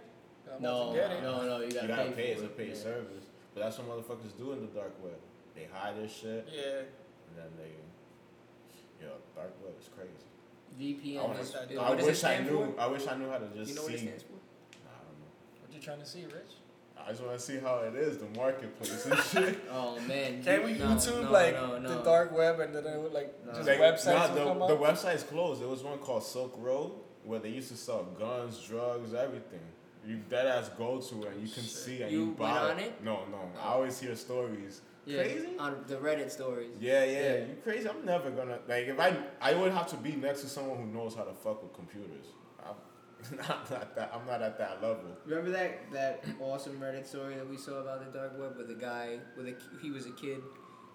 I'm about no, to get it. Oh, no, no, you gotta, you gotta pay, pay it's for a it. paid yeah. service. But that's what motherfuckers do in the dark web. They hide their shit Yeah. and then they yo, dark web is crazy. I VPN wanna- is. I is- Yeah, I what does it wish I stand for? knew I wish I knew how to just You know what see it stands for? Nah, I don't know. What you trying to see, Rich? I just wanna see how it is, the marketplace and shit. Oh man. Can we no, YouTube no, like no, no. the dark web and then it would, like No. just Like, websites nah, will come the, up? the website's closed. There was one called Silk Road where they used to sell guns, drugs, everything. You dead ass go to it and you can Shit. see and You you, went buy on it? No, no. I always hear stories. Yeah, Crazy? on the Reddit stories. Yeah, yeah, Yeah. You crazy? I'm never gonna like if I I would have to be next to someone who knows how to fuck with computers. I'm not, not that. I'm not at that level. Remember that that awesome Reddit story that we saw about the dark web with a guy with a he was a kid,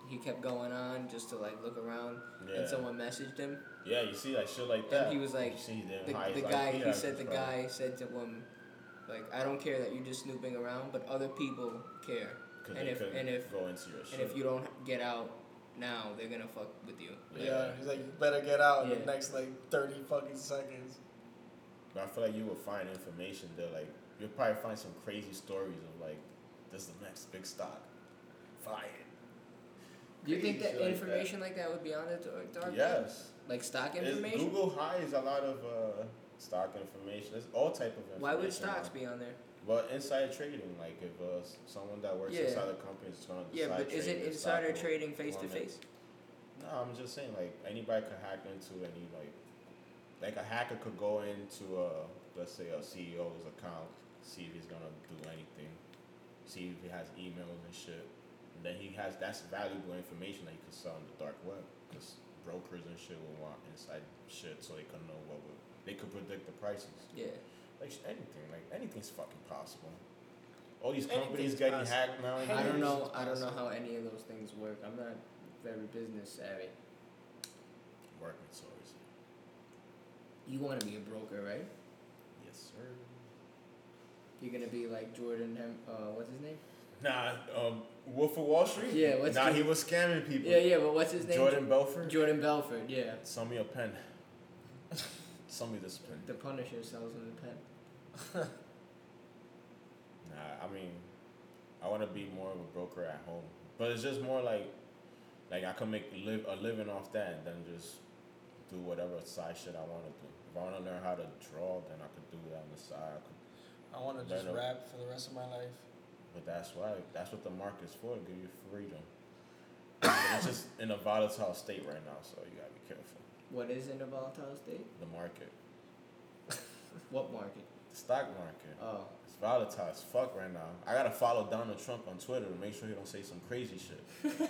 he kept going on just to like look around, Yeah. and someone messaged him. yeah, you see like shit like And that. he was like, You see them The, high the as guy IP he said the address, right? guy said to him, like I don't care that you're just snooping around, but other people care, 'Cause and they if- couldn't and if- go into your shit. and if you don't get out now, they're gonna fuck with you. yeah. he's like, you better get out in Yeah. the next like 30 fucking seconds. But I feel like you will find information there. Like you'll probably find some crazy stories of like this is the next big stock. Fire. Do you think Crazy that shit like information like that would be on the dark, dark web, Yes. like stock It's- information? Google hides a lot of uh, stock information. It's all type of information. Why would on- stocks be on there? Well, insider trading, like if uh, s- someone that works Yeah. inside the company is trying to Yeah, decide but is trade it their insider stock or- trading face to on it. face? No, I'm just saying like anybody could hack into any like, like a hacker could go into uh let's say a CEO's account, see if he's gonna do anything, see if he has emails and shit, and then he has that's valuable information that he could sell on the dark web because brokers and shit will want inside shit so they could know what would they could predict the prices. Yeah. Like sh- anything, like anything's fucking possible. All these Anything's companies getting possible. hacked now. I Hey, don't it's know. I don't know possible. how any of those things work. I'm not very business savvy. Working source. You want to be a broker, right? Yes, sir. You're gonna be like Jordan. Hem- Uh, what's his name? Nah, um, Wolf of Wall Street. Yeah, what's Nah, the- he was scamming people. Yeah, yeah. But what's his name? Jordan Belfort. Jordan Belfort. Yeah. Send me a pen. Send me this pen. The Punisher sells him the pen. Nah, I mean, I want to be more of a broker at home, but it's just more like, like I can make live a living off that, and then just do whatever side shit I want to do. If I want to learn how to draw, then I could do that on the side. I could I want to just Better. rap for the rest of my life. But that's why that's what the market's for, to give you freedom. But it's just in a volatile state right now, so you gotta be careful. What is in a volatile state? The market. What market? The stock market. Oh, It's volatile as fuck right now. I gotta follow Donald Trump on Twitter to make sure he don't say some crazy shit.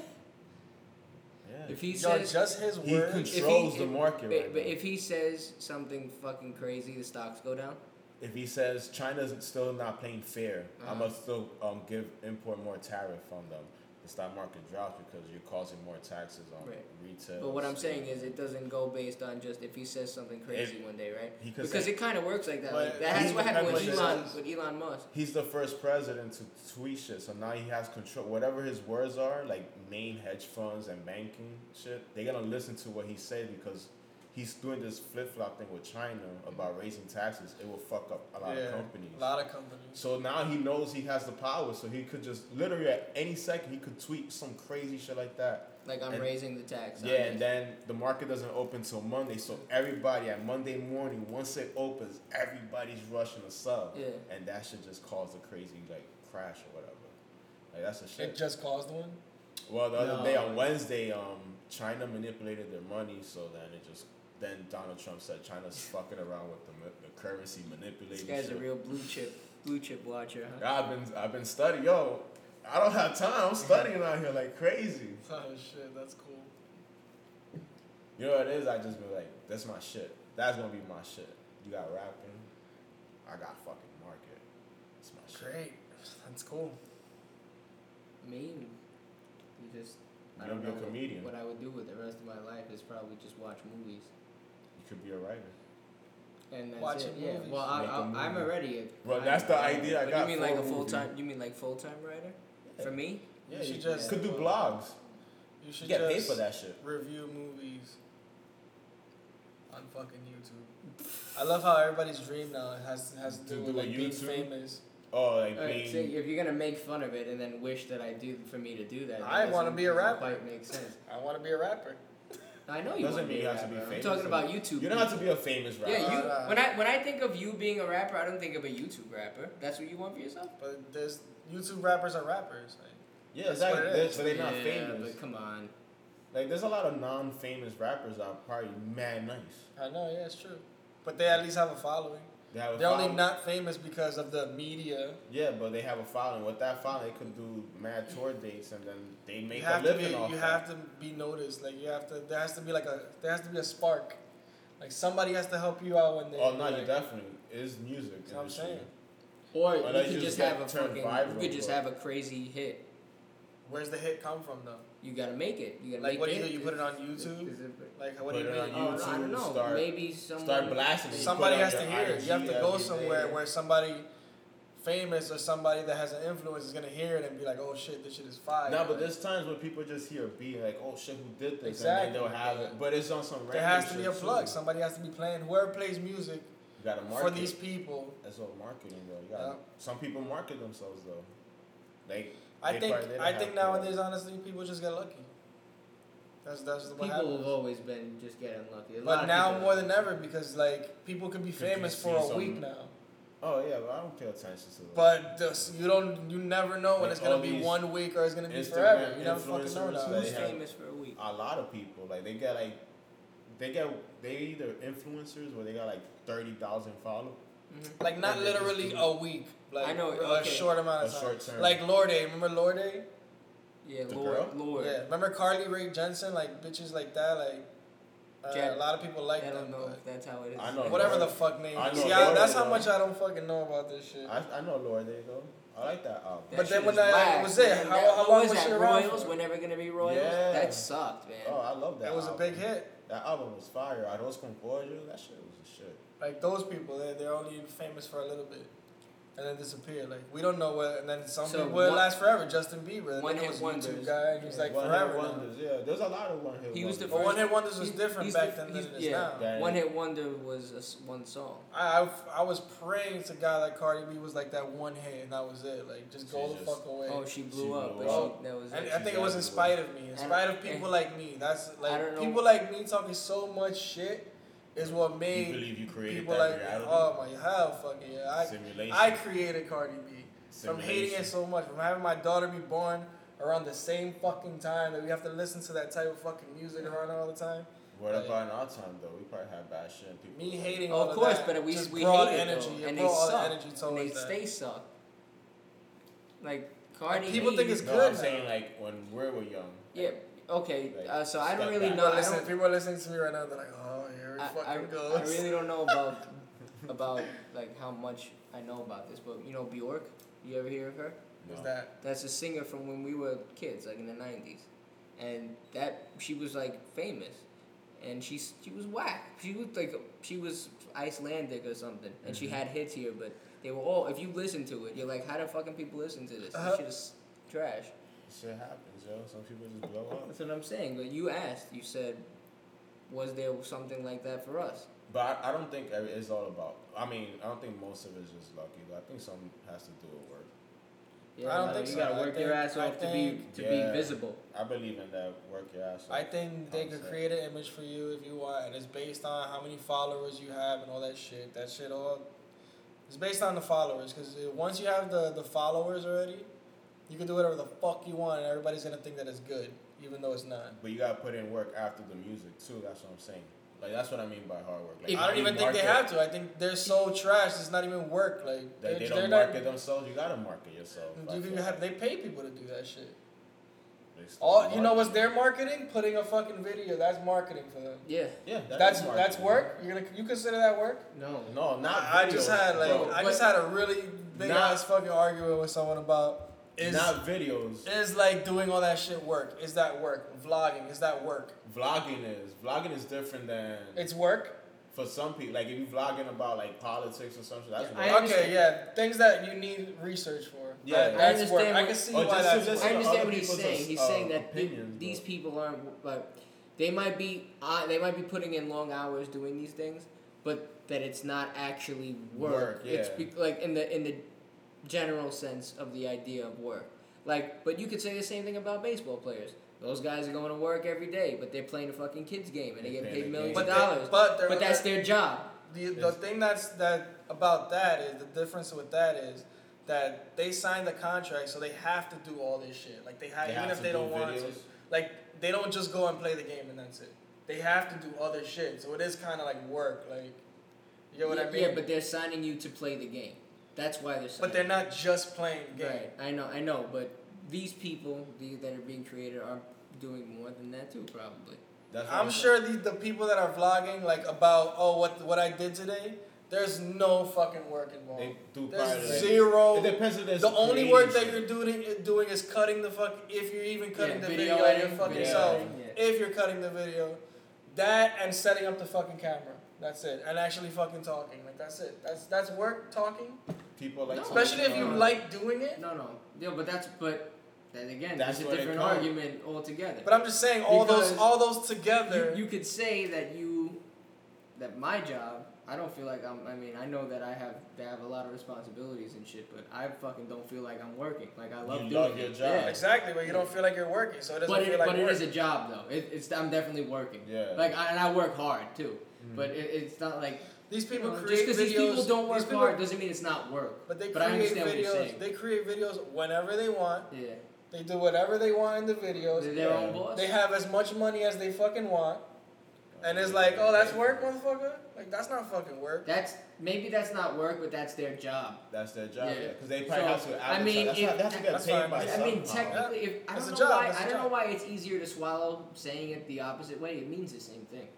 yeah. If he Yo, says, just his he words. if he- controls the if- market but, right but now. if he says something fucking crazy, the stocks go down. if he says China's still not playing fair, I Uh-huh. must still um, give import more tariff from them. The stock market drops because you're causing more taxes on Right. retail. But what I'm steel. saying is, it doesn't go based on just if he says something crazy one day, right? he could Because say- it kind of works like that. But Like, that's he- what happened but with he Elon says- with Elon Musk. He's the first president to tweet shit, so now he has control. Whatever his words are, like main hedge funds and banking shit, they're gonna listen to what he said because he's doing this flip flop thing with China about raising taxes. It will fuck up a lot yeah, of companies. A lot of companies. So now he knows he has the power, so he could just literally at any second he could tweet some crazy shit like that. Like I'm And- raising the tax. on yeah, and this. then the market doesn't open till Monday, so everybody at Monday morning, once it opens, everybody's rushing to sell. Yeah. And that should just cause a crazy like crash or whatever. Like that's a It shit. just caused one. Well, the other No. day on Wednesday, um, China manipulated their money, so then it just then Donald Trump said China's fucking around with the, ma- the currency This manipulating. guy's shit. a real blue chip, blue chip watcher. Huh? I've been I've been studying. Yo, I don't have time. I'm studying out here like crazy. Oh shit, that's cool. You know what it is? I just be like, that's my shit. That's gonna be my shit. You got rapping. I got fucking market. It's my shit. Great. That's cool. Me, you just. I You don't don't be a know what- comedian. What I would do with the rest of my life is probably just watch movies. You could be a writer. And that's Watching it. Yeah. movies. Well, I, Make a I, I'm movie. already. A, Well, I'm that's the a- idea I but got You mean for like a a movie. full time? You mean like full time writer? For me, You should you just- could do blogs. You should You get just paid for that shit. review movies on fucking YouTube. I love how everybody's dream now has has to To do with do a like being YouTube? famous. Oh, like being. Alright, so if you're gonna make fun of it and then wish that I do for me to do that, that I wanna doesn't- be a doesn't rapper. Quite make sense. I want to be a rapper. I know you Doesn't wanna mean be you a have to be rapper. I'm famous talking or- about YouTube. you don't have to be a famous rapper. Yeah, you. Right. When I when I think of you being a rapper, I don't think of a YouTube rapper. That's what you want for yourself. But there's YouTube rappers are rappers. Like, yeah, That's what exactly. it They're- is. So they're not Yeah, famous. But come on, Like, there's a lot of non-famous rappers that are probably mad nice. I know, yeah, it's true. But they at least have a following. They have a They're only following. not famous because of the media. Yeah, but they have a following. With that following, they could do mad tour dates and then they make you a have to be, living off you that. have to be noticed. Like you have to. There has to be like a. There has to be a spark. Like somebody has to help you out when they. Oh no, like, you definitely is music. That's what I'm industry. saying. or Well, you that could you just just have a got turned fucking. viral, You could just but- have a crazy hit. Where's the hit come from though? You gotta make it. You gotta Like, make what do it. you do? You put it on Is- YouTube? is it- Like what Put do you it on mean? Oh, I YouTube, don't know. start- Maybe someone. Start blasting. it. You Somebody put it on has to your hear it. IG You have to go every somewhere day. where somebody famous or somebody that has an influence is gonna hear it and be like, "Oh shit, this shit is fire." No, but Like, there's times when people just hear a beat like, "Oh shit, who did this?" Exactly. And then they'll have it, but it's on some. random there has to be shit, a plug. too. Somebody has to be playing. Whoever plays music You gotta market. for these people. That's all marketing, though. You gotta, Yeah. Some people market themselves though. Like I they think probably didn't I have think to. nowadays, honestly, people just get lucky. That's that's what People happens. have always been just getting lucky. A lot But of now people- more than ever, because like people could be Could you famous see for a some- week now, Oh yeah, but I don't pay attention to that. but this, you don't, you never know when Like it's gonna all be these one week or it's gonna be Instagram forever. You never fucking know influencers now. that who's they have- famous for a week. a lot of people like they get like they get they either influencers or they got like thirty thousand followers. Mm-hmm. Like not And they just literally do- a week, like I know, a okay. short amount of A time. short term. Like Lorde, remember Lorde? Yeah, The Lord, girl? Lord. Yeah, remember Carly Rae Jepsen? Like bitches like that. Like uh, Jep- a lot of people like I them. don't know but if that's how it is. I know. Whatever Lorde. the fuck name. I is. know See, I- Lorde, that's how though. much I don't fucking know about this shit. I, I know Lord there you go. I like that album. That But then shit when is that whack, was it, man. how- That- how what long was was that? she around Royals? for? We're never gonna be Royals? Yeah. That sucked, man. oh, I love that. That was a album. big hit. That album was fire. Arroz con Pollo, that shit was a shit. Like those people, they they're only famous for a little bit, and then disappear. Like we don't know what, and then some So people it one- lasts forever. Justin Bieber, one one hit hit was wonders. YouTube guy, and he's Yeah. like one forever. hit now. wonders, yeah. There's a lot of one hit He was wonders. the But one hit wonders was He's- different he's back the- then than he's- it is yeah. now. That- One Hit Wonder was a s one song. I, I I was praying to God that Cardi B was like that one hit and that was it. Like just go the Jesus. fuck away. Oh, she blew She up, blew but up. she, that was and it. I think it was in spite of me, in And- spite of people and- like me. That's I like don't know- people like me talking so much shit is what you made believe you created people that like reality? oh my hell fucking yeah. I Simulation. I created Cardi B from hating Simulation. it so much, from having my daughter be born around the same fucking time that we have to listen to that type of fucking music around all the time. What Right. about in our time though? We probably had bad shit. And people Me were like, hating Oh, all of course, that but we just we brought hate energy. it though, it and they brought all suck, the energy and they towards that. stay suck. Like Cardi, people B- think it's No, good I'm now. saying like when we were young. Yeah. Okay. Like, Uh, so I don't step really back. know. No, I, listen, don't, people are listening to me right now. They're like, oh, here it I, I, fucking I goes. really don't know about about like how much I know about this, but you know Bjork. You ever hear of her? Who's No. that? That's a singer from when we were kids, like in the '90s, and that she was like famous, and she s- she was whack. She was like she was Icelandic or something, and she had hits here, but they were all. If you listen to it, you're like, how the fucking people listen to this? This Uh-huh. shit is trash. Shit happens, yo. Some people just blow up. That's what I'm saying. But you asked. You said, was there something like that for us? But I, I don't think every- it's all about. I mean, I don't think most of it's just lucky. But I think some has to do with work. Yeah, I don't like, think you so. gotta I work your think- ass I off to be think- to Yeah. be visible. I believe in that. Work your ass off. I think they could Concept. create an image for you if you want, and it's based on how many followers you have and all that shit. That shit all, it's based on the followers. Cause uh, once you have the the followers already, you can do whatever the fuck you want, and everybody's gonna think that it's good, even though it's not. But you gotta put in work after the music too. That's what I'm saying. Like that's what I mean by hard work. Like, I don't you even think they market- have to. I think they're so trash. It's not even work. Like They, they they're, they're don't not. market themselves. You gotta market yourself. I you feel can have, like. they pay people to do that shit. They still All you know market what's it. their marketing? Putting a fucking video. That's marketing for them. Yeah. Yeah, that That's is that's marketing. work. You're gonna you consider that work? No. No, not. I I just videos, had like bro. I just had a really big Not- ass fucking argument with someone about is not videos. is like doing all that shit work? Is that work? Vlogging is that work? Vlogging is vlogging is different than It's work. for some people. Like if you vlogging about like politics or something, that's Yeah, work. I Okay, understand. yeah, things that you need research for. Yeah. That- I that's work. understand I what- can see Or why just that's to work. listen I understand other what he's people's, saying. He's uh, saying that the- opinions, these bro. people aren't like they might be uh, they might be putting in long hours doing these things, but that it's not actually work. Work, It's yeah. be- like in the in the general sense of the idea of work. Like, but you could say the same thing about baseball players. Those guys are going to work every day, but they're playing a fucking kids game and they They're get playing paid a millions game. of But they- dollars. but they're- but that's their job. The, the thing that's that about that is the difference with that is that they signed the contract, so they have to do all this shit. Like they have, They even have if to they do don't want to, videos. like they don't just go and play the game and that's it. They have to do other shit, so it is kind of like work. Like you know what yeah, I mean? yeah, but they're signing you to play the game. That's why they're signing. But they're not just playing game. Right, I know, I know, but these people, these that are being created, are doing more than that too, probably. That's what I'm saying. sure the, the people that are vlogging like about oh what what I did today. There's no fucking work involved. They do probably, There's like- zero. It depends if there's The only creating work that shit. you're doing doing is cutting the fuck if you're even cutting Yeah, the video video at your editing, fucking video self. editing, yeah. If you're cutting the video, that and setting up the fucking camera. That's it. And actually fucking talking. Like that's it. That's that's work talking. people like No. talking Especially if you Uh-huh. about- like doing it. No, no, yeah, but that's but then again, That's that's a where they different come. argument altogether. But I'm just saying all those Because all those together. you, you could say that you, that my job. I don't feel like I'm. I mean, I know that I have I have a lot of responsibilities and shit, but I fucking don't feel like I'm working. Like I love You doing love it. your job. Yeah. exactly, but you don't feel like you're working, so it doesn't But feel it, like but work. it is a job though. It, it's I'm definitely working. Yeah. Like I, and I work hard too. But it, it's not like these people No, Mm-hmm. create just videos. because these people don't work these people- hard doesn't mean it's not work. But they But I create understand what you're saying. videos. They create videos whenever they want. Yeah, They do whatever they want in the videos. they're their Yeah. own boss. They have as much money as they fucking want. And it's like, oh, that's work, motherfucker? Like, that's not fucking work. that's maybe that's not work, but that's their job. That's their job. Yeah. Yeah, because they probably So, have to. I advertise. mean, that's if- not, they have to get that's paid fine. by I mean, somehow. technically, if I That's don't a know job, why that's a I don't know job. why it's easier to swallow saying it the opposite way. It means the same thing.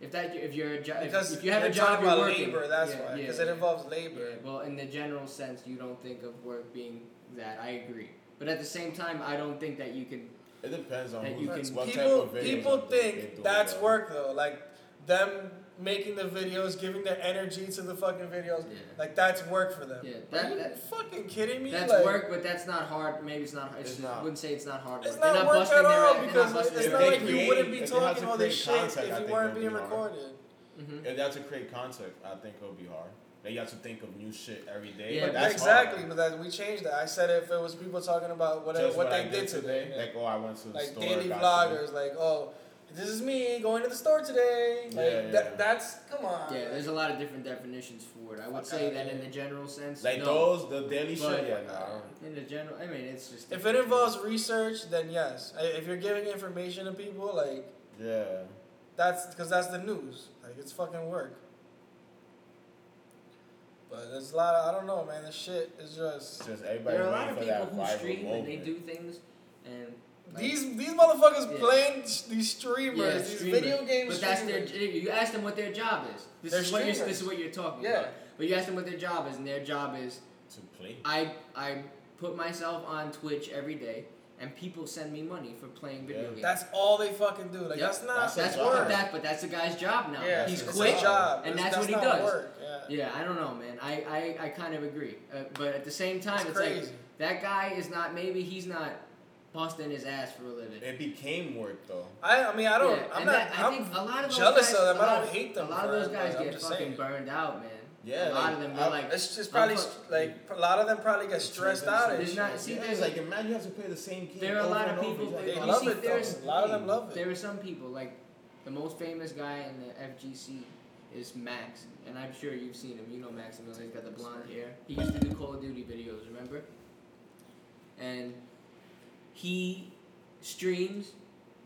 If that if you're a job Because if, you have they're a job talking you're about working. labor, that's yeah, why. yeah, Because it yeah. involves Yeah, labor. well, in the general sense, you don't think of work being that. I agree, but at the same time, I don't think that you can. It depends on That who, you what can- type people of videos people they- they think doing, that's bro. work, though. Like, them making the videos, giving their energy to the fucking videos. Yeah. Like, that's work for them. Yeah, Are that- you that- fucking kidding me? That's Like, work, but that's not hard. Maybe it's not. Hard. It's, It's not. not. Wouldn't say it's not hard. It's work. They're not work busting at their all ass- they're because busting it's if their not they ass. like you create- wouldn't if be they had talking to all this create shit content, I if you think weren't it'll being be hard. recorded. Mm-hmm. If they have to create content, I think it'll be hard. They got to think of new shit every day. Yeah, but but that's exactly, Hard. but that we changed that. I said if it was people talking about whatever Just what, what they I did today, Like, oh, I went to the like store. daily got vloggers, food. like oh, this is me going to the store today. Like Yeah, yeah. That, that's come on. Yeah, there's a lot of different definitions for it. I would Fuck say outta that here. in the general sense. Like no. those, the daily But- shit. Yeah, nah. I don't- In the general, I mean, it's just. if it involves research, then yes. I- If you're giving information to people, like Yeah. That's because that's the news. Like it's fucking work. But there's a lot. Of, I don't know, man. This shit is just It's just everybody There are a lot waiting of for people that viral who stream moment. and they do things, and like, these these motherfuckers Yeah. playing sh- these streamers, yeah, these streamers. video games. But that's their. streamers. You ask them what their job is. This They're is what you're, streamers. this is what you're talking Yeah. about. But you ask them what their job is, and their job is To play. I I put myself on Twitch every day, and people send me money for playing video Yeah. games. That's all they fucking do. Like Yep. that's not That's a That's job. what that, but that's the guy's job now. Yeah, he's it's a quick. job, and It's- that's what he not does. Work. Yeah. Yeah, I don't know, man. I, I, I kind of agree, uh, but at the same time, It's it's, crazy. like that guy is not. Maybe he's not busting his ass for a living. It became work though. I, I mean I don't Yeah, I'm and not that- I'm I think a lot of those jealous guys, of them. a I lot don't of- hate them A lot of for those it, guys but I'm get just fucking saying. burned out, man. Yeah, a lot like, of them. I- They're like, It's just I'm probably fuck- like a lot of them probably get stressed out. and There's shit. not- see, yeah, there's- like imagine you have to play the same game. There are a over lot and of over. people It's They you like, love see, it there's- though. A lot of them love it. There are some people like the most famous guy in the FGC is Max, and I'm sure you've seen him. You know Max Miller. He's got the blonde hair. He used to do Call of Duty videos, remember? And he streams,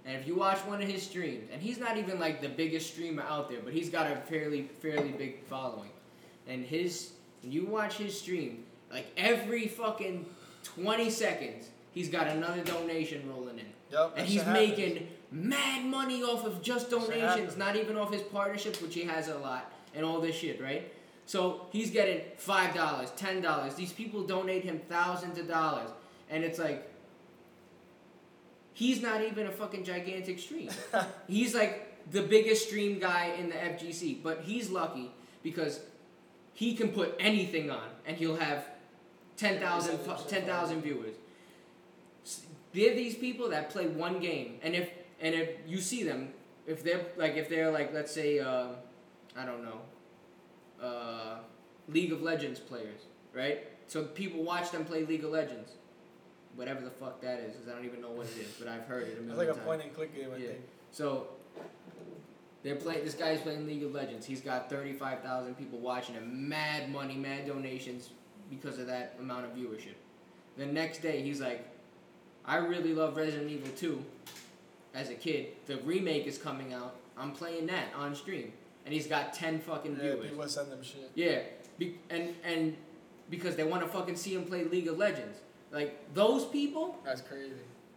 and if you watch one of his streams, and he's not even like the biggest streamer out there, but he's got a fairly fairly big following, and his when you watch his stream, like every fucking twenty seconds, he's got another donation rolling in. Yup, that And he's shit happens. making mad money off of just happens. donations, not even off his partnerships, which he has a lot, and all this shit, right? So he's getting five dollars, ten dollars. These people donate him thousands of dollars, and it's like he's not even a fucking gigantic stream. he's like the biggest stream guy in the FGC, but he's lucky because he can put anything on, and he'll have 10,000 fu- 10,000 viewers. S- They're these people that play one game, and if and if you see them, if they're like if they're like let's say uh, I don't know, uh, League of Legends players, right? So people watch them play League of Legends, whatever the fuck that is, 'cause I don't even know what it is, but I've heard it a million It's like a times. point and click game. I Yeah. think. So they're playing. This guy's playing League of Legends. He's got thirty-five thousand people watching him. Mad money, mad donations because of that amount of viewership. The next day, he's like, "I really love Resident Evil Two. As a kid, the remake is coming out. I'm playing that on stream, and he's got ten fucking Yeah, viewers. people send them shit. Yeah, be- and and because they want to fucking see him play League of Legends. Like those people." That's crazy.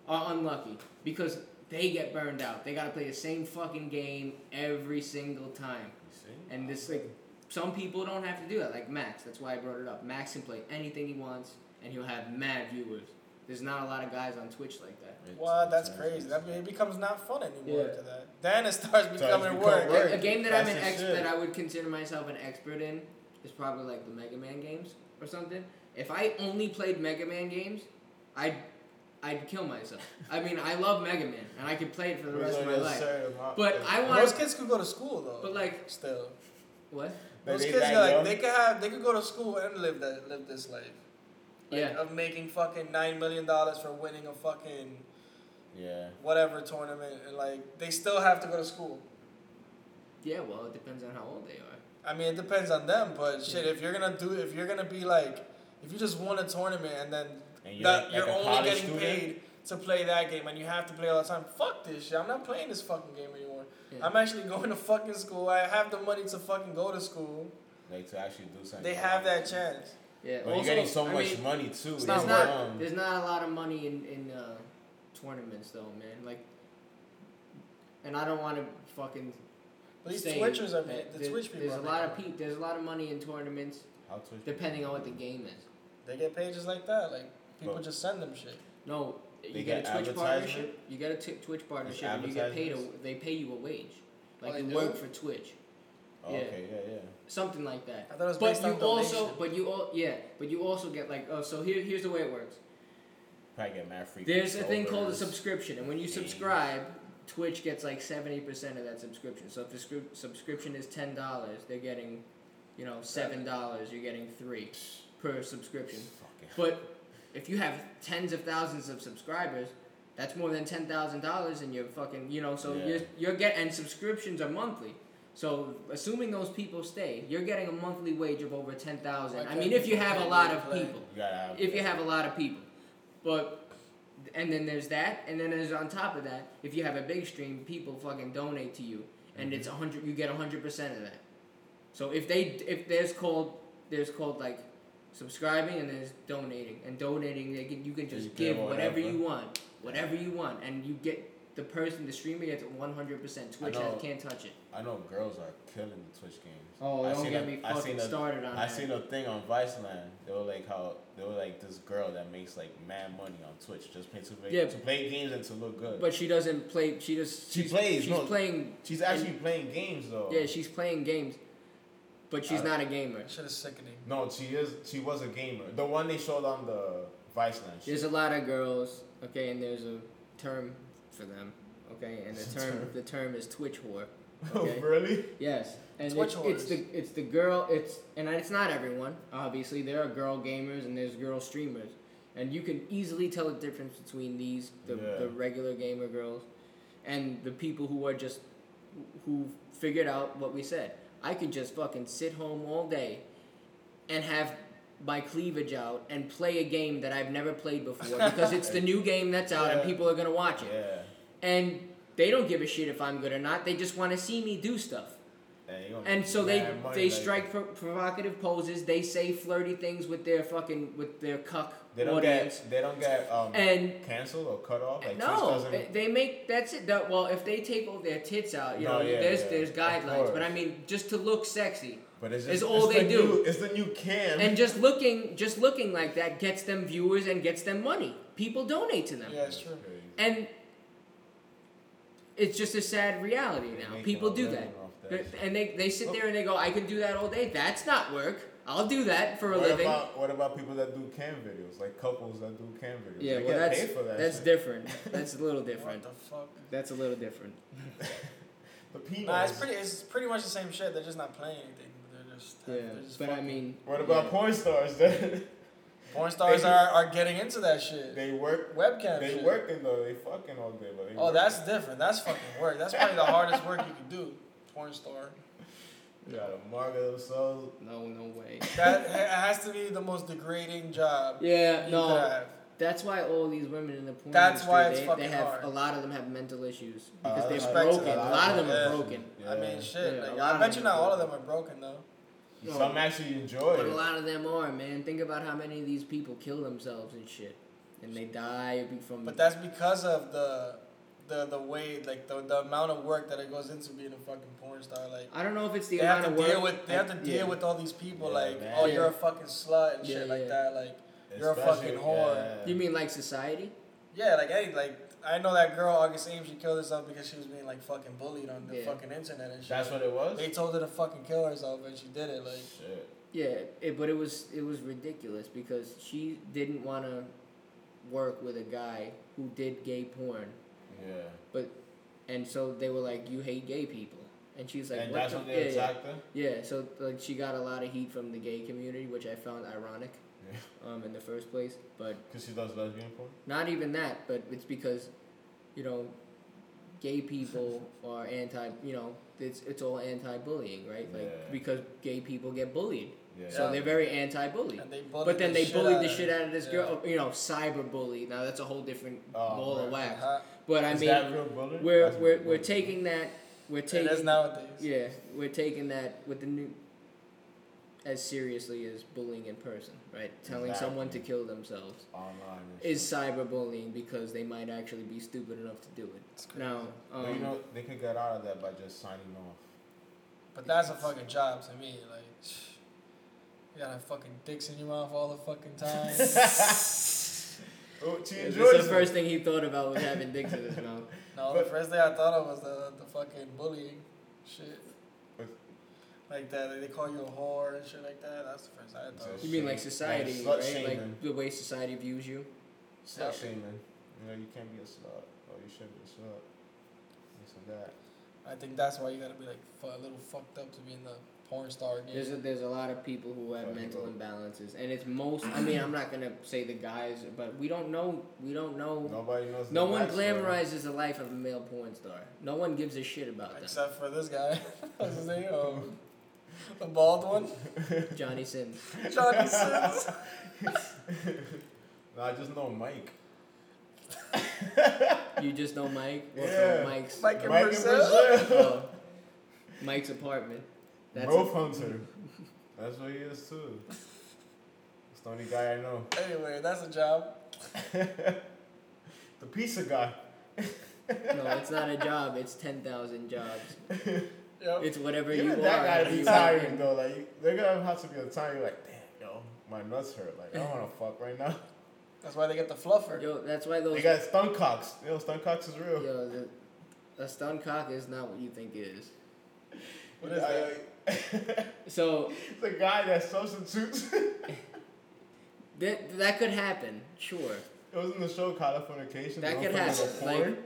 are unlucky because they get burned out. They gotta play the same fucking game every single time. You see? And this like some people don't have to do that, like Max. That's why I brought it up. Max can play anything he wants and he'll have mad viewers. There's not a lot of guys on Twitch like that. It's- Wow, it's that's nice. crazy. That be- it becomes not fun anymore Yeah. after that. Then it starts becoming become work. work. Right, A game that that's I'm an the expert shit. that I would consider myself an expert in is probably like the Mega Man games or something. If I only played Mega Man games, I'd I'd kill myself. I mean, I love Mega Man and I could play it for the There's rest of my only a life. certain amount- But I want Those kids could go to school though. But like, still, what? Like, those they kids that are like young? they could have they could go to school and live that live this life. Like, Yeah. Of making fucking nine million dollars for winning a fucking Yeah. whatever tournament and like they still have to go to school. Yeah, well, it depends on how old they are. I mean, it depends on them, but shit, Yeah. if you're gonna do, if you're gonna be like, if you just won a tournament and then And you're that, like- you're like a only college getting student? paid to play that game and you have to play all the time, fuck this shit. I'm not playing this fucking game anymore. Yeah. I'm actually going to fucking school. I have the money to fucking go to school. Like to actually do something. They have that chance. yeah. But also, you're getting so I much mean, money too. it's There's not not, um, there's not a lot of money in in uh, tournaments though, man. Like, and I don't want to fucking. But these say Twitchers are that ma- the there- Twitch people. There's are a lot of making pe- There's a lot of money in tournaments, how to- depending on what the game is. money. They get paid just like that. Like people But- just send them shit. No, They you get, get a Twitch advertisement? partnership. You get a t- Twitch partnership, and you get paid. A, advertisements? they pay you a wage, Oh, like they you do? work for Twitch, Oh, yeah. Okay. Yeah. Yeah. something like that. I thought it was But based you on also, donation. but you all, yeah, but you also get like, oh, so here, here's the way it works. Probably get mad free. There's a thing called a controllers. subscription, and when you Games. subscribe, Twitch gets like seventy percent of that subscription. So if the scri- subscription is ten dollars, they're getting, you know, seven dollars. You're getting three per subscription. Fucking- But if you have tens of thousands of subscribers, that's more than ten thousand dollars in your fucking you know. So Yeah. you're you're get and subscriptions are monthly. So assuming those people stay, you're getting a monthly wage of over ten thousand. Like I that mean, if you have a people lot pay of to play. people, You gotta have. if you have a lot of people, but and then there's that, and then there's on top of that, if you have a big stream, people fucking donate to you, and it's a Mm-hmm. hundred. You get hundred percent of that. So if they if there's called there's called like subscribing and there's donating and donating they can you can just You can give whatever whatever. you want whatever you want and you get the person the streamer gets one hundred percent. Twitch know. has, can't touch it. I know girls are killing the Twitch games. Oh, I don't seen get a- me I fucking seen a- started on I that. seen a thing on Vice Land. They were like how they were like this girl that makes like mad money on Twitch just play to play, Yeah. to play games and to look good. But she doesn't play. She just She she's- plays, She's no. playing. she's actually playing games though. Yeah, she's playing games, but she's I- not a gamer. That shit is sickening. no, she is. She was a gamer. The one they showed on the Vice Land. shit. There's a lot of girls, okay, and there's a term for them, okay, and the term the term is twitch whore. okay. really? Yes, and Twitch it's, it's whores. the it's the girl. It's and it's not everyone. Obviously, there are girl gamers and there's girl streamers, and you can easily tell the difference between these the Yeah. the regular gamer girls, and the people who are just who figured out what we said. I could just fucking sit home all day, and have my cleavage out and play a game that I've never played before because it's the new game that's out and Yeah. people are gonna watch it. Yeah. And they don't give a shit if I'm good or not. They just want to see me do stuff. And, you gonna And make so they mad money, they like- strike pro- provocative poses. They say flirty things with their fucking with their cuck They don't audience. get. They don't get um, And- canceled or cut off. Like Twitch no, doesn't. they- they make that's it. That, well, if they take all their tits out, you No, know, yeah, there's yeah, there's of guidelines. But course. I mean, just to look sexy but it's, is just, all it's they the do. New, it's the new cam. and just looking just looking like that gets them viewers and gets them money. People donate to them, Yeah, it's true. and it's just a sad reality They now. make People a do living that. off that They're- shit. and they, they sit there and they go, I could do that all day. That's not work. I'll do that for a what living. About, what about people that do cam videos? Like couples that do cam videos. Yeah, they well, get that's paid for that that's shit. different. That's a little What different. the fuck? That's a little different. The peanuts. Nah, it's pretty. It's pretty much the same shit. They're just not playing anything. They're just. Yeah, They're just but I fucking- mean, What about porn stars? Then porn stars they- are, are getting into that shit. they work. Webcam. They shit. working though. They fucking all day. But they Oh, work. that's different. That's fucking work. That's probably the hardest work you can do. Porn star. They gotta market themselves. no, no way. That ha- has to be the most degrading job. Yeah, you could no. have. That's why all these women in the porn That's industry, why it's they, fucking they have hard. a lot of them have mental issues Uh, because they're respect to broken. that. A lot of them Yeah. are broken. I mean, shit. Yeah, a like, lot I of bet them you are not all of them are broken though. No. some actually enjoy But it. a lot of them are, man. Think about how many of these people kill themselves and shit, and they die from. But that's because of the the the way like the, the amount of work that it goes into being a fucking porn star. Like I don't know if it's the they have amount to of work. deal with they have to Yeah. deal with all these people Yeah, like man. oh Yeah. you're a fucking slut and Yeah, shit yeah. like that. Like you're a Especially- fucking whore. yeah. You mean like society? yeah, like hey like I know that girl August Ames she killed herself because she was being like fucking bullied on the Yeah. fucking internet and shit. that's what it was? they told her to fucking kill herself and she did it. Like Shit. Yeah, it, but it was it was ridiculous because she didn't want to work with a guy who did gay porn, Yeah. but and so they were like, "You hate gay people," and she's like, and "What that's the when they yeah, yeah." attacked them? Yeah, so like she got a lot of heat from the gay community, which I found ironic, Yeah. um, in the first place. But Because she does lesbian porn? not even that, but it's because, you know, gay people are anti. You know, it's it's all anti-bullying, right? Like Yeah. because gay people get bullied, Yeah. so Yeah. they're very anti-bully. and they bullied But then the they shit bullied out the of shit her. out of this Yeah. girl. Oh, You know, cyberbully. Now that's a whole different Oh, ball of right. wax. Huh? But I Is mean, that real bullying? we're That's we're real we're bullying. taking that. We're It is taking nowadays. yeah, we're taking that with the new as seriously as bullying in person, right? Telling someone to Exactly. kill themselves online. and is shit. cyberbullying because they might actually be stupid enough to do it. It's Now, crazy. um, but you know they could get out of that by just signing off. But that's a fucking job to me. Like, you gotta have fucking dicks in your mouth all the fucking time. Oh, she it's enjoys the it. first thing he thought about was having dicks in his mouth. no, But- the first thing I thought of was the, the fucking bullying shit. But- Like that, like they call you a whore and shit like that. That's the first thing I thought. That's You of. mean like Shame. society, Like slut right? shaming. Like the way society views you. Slut Yeah. shaming. You know you can't be a slut. Or you should be a slut. This and that. I think that's why you gotta be like fu- a little fucked up to be in the porn star game. There's a, there's a lot of people who have Sorry, mental bro. imbalances, and it's most. I mean, I'm not gonna say the guys, but we don't know. We don't know. Nobody knows. No the one backstory. glamorizes the life of a male porn star. No one gives a shit about that. Except for this guy. What's his name? Um, the bald one? Johnny Sins. Johnny Sins. No, I just know Mike. You just know Mike? What's Yeah. Mike's? Mike and Mike and Brazil. Brazil. Oh. Mike's apartment. That's Rope hunter. That's what he is too. It's the only guy I know. Anyway, that's a job. the pizza guy. no, it's not a job. It's ten thousand jobs. Yep. It's whatever you Even are. that gotta be you tiring though. Like you- they're gonna have to be a time. You're like, damn, yo, my nuts hurt. Like I don't wanna fuck right now. that's why they get the fluffer. Yo, that's why those. They got stun cocks. Yo, stun cocks is real. yo, the, a stun cock is not what you think it is. What is I- uh, that? So It's a guy that substitutes. that that could happen, sure. it was in the show Californication. That could happen, like-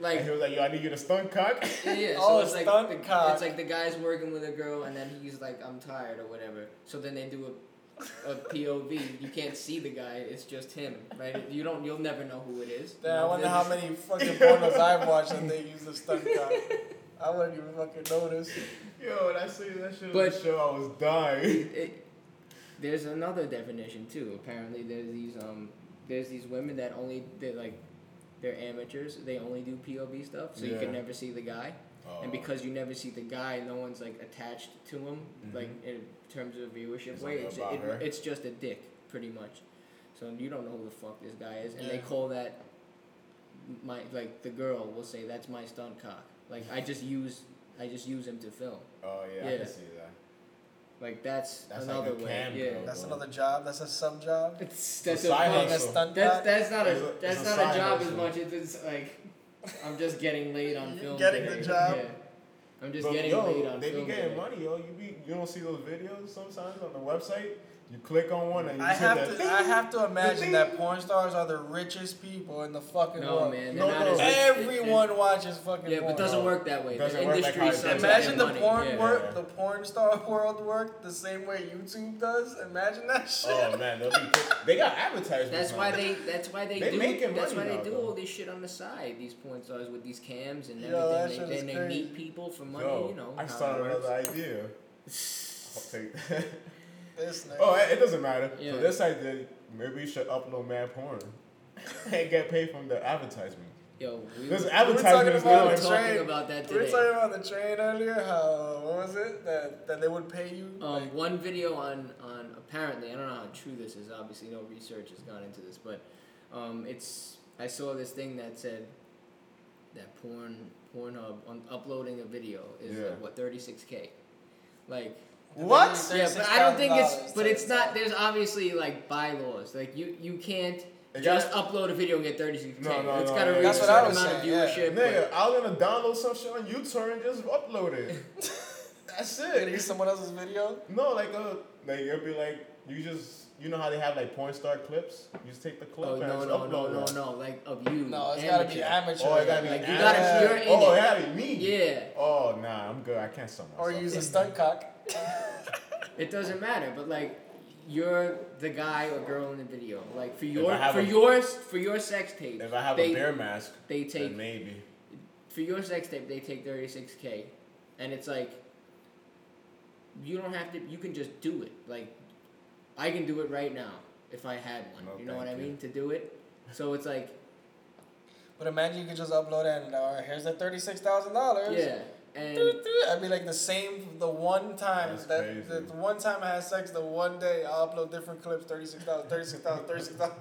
like, Like he was like, yo, I need you to stun cock. Yeah, yeah. So Oh, it's like stunt the, cock. it's like the guy's working with a girl, and then he's like, "I'm tired" or whatever. So then they do a, a POV. You can't see the guy; it's just him, right? You don't. You'll never know who it is. Damn, I wonder how many fucking pornos I've watched that they use the stunt cock. I wouldn't even fucking notice. Yo, when I see that shit on But- the show, I was dying. It, there's another definition too. Apparently, there's these um, there's these women that only they like, they're amateurs. They only do POV stuff, so you Yeah. can never see the guy. Oh, And because you never see the guy, no one's like attached to him, like in terms of viewership Mm-hmm. It's way. all It's, about it, her. it's just a dick, pretty much. So you don't know who the fuck this guy is, and they Yeah. call that my like the girl will say that's my stunt cock. Like I just use I just use him to film. oh yeah, I Yeah. can see that. Like that's, That's like another a way. cam yeah, girl. That's another job. That's a sub job. it's that's a side a, Being a hustle. stunt that's cock. that's not It's a a- that's it's a not a side job as hustle. much as it's like I'm just getting laid on You're film. getting the today. job. Yeah. I'm just But, getting yo, laid on They film. be today. getting money, yo. You be you don't see those videos sometimes on the website. You click on one and you I see have that. to. I have to imagine that thing- porn stars are the richest people in the fucking No, world. man, they're not as rich. Everyone watches fucking. Yeah, porn. but doesn't work that way. Doesn't the work like industry how it sucks does. at Imagine the money. porn yeah. work, the porn star world work, the same way YouTube does. Imagine that shit. Oh man, they'll be they got advertisements. That's now. why they. That's why they, They do. making That's why money they now, do though. all this shit on the side. These porn stars with these cams and Yo, that everything. shit they, is then they crazy. meet people for money. Yo, you know. I how just thought it of works. another idea. I'll take This nigga. oh, it, it doesn't matter. Yeah. So this idea, maybe you should upload mad porn and get paid from the advertisement. Yo, we This were advertisement is about now the we were like tra- talking train. about that we were today. talking about the train earlier. How what was it that that they would pay you? Um, like, one video on on apparently I don't know how true this is. Obviously, no research has gone into this, but um, it's I saw this thing that said that porn Pornhub on uploading a video is Yeah. like, what thirty six k, like what? yeah, but I don't think it's but it's not. There's obviously like bylaws. Like you you can't It just got- upload a video and get thirty six k. No, no, It's no, got to yeah. reach a That's what I certain was amount of saying, viewership. Nigga, I was gonna download some shit on YouTube and just upload it. That's Did it. you use someone else's video? No, like uh, like it'll be like you just you know how they have like porn star clips. You just take the but- clip oh and no just no upload no no it. no! Like of you. No, it's gotta be amateur. Oh, it gotta be Like, you an gotta- ad. you're in Oh, it. it gotta be me. Yeah. Oh nah, I'm good. I can't sell myself. Or use a stunt cock. It doesn't matter, but like you're the guy or girl in the video. Like for your I have for a- yours for your sex tape. If I have they, a bear mask, they then take maybe. for your sex tape they take 36k and it's like you don't have to you can just do it. Like I can do it right now if I had one. No, you know what I thank you. mean to do it. So it's like But imagine you could just upload it and all right, here's the thirty six thousand dollars. yeah. And I'd be like the same the one time That's that the crazy. one time I had sex the one day I upload different clips thirty six thousand thirty six thousand thirty six thousand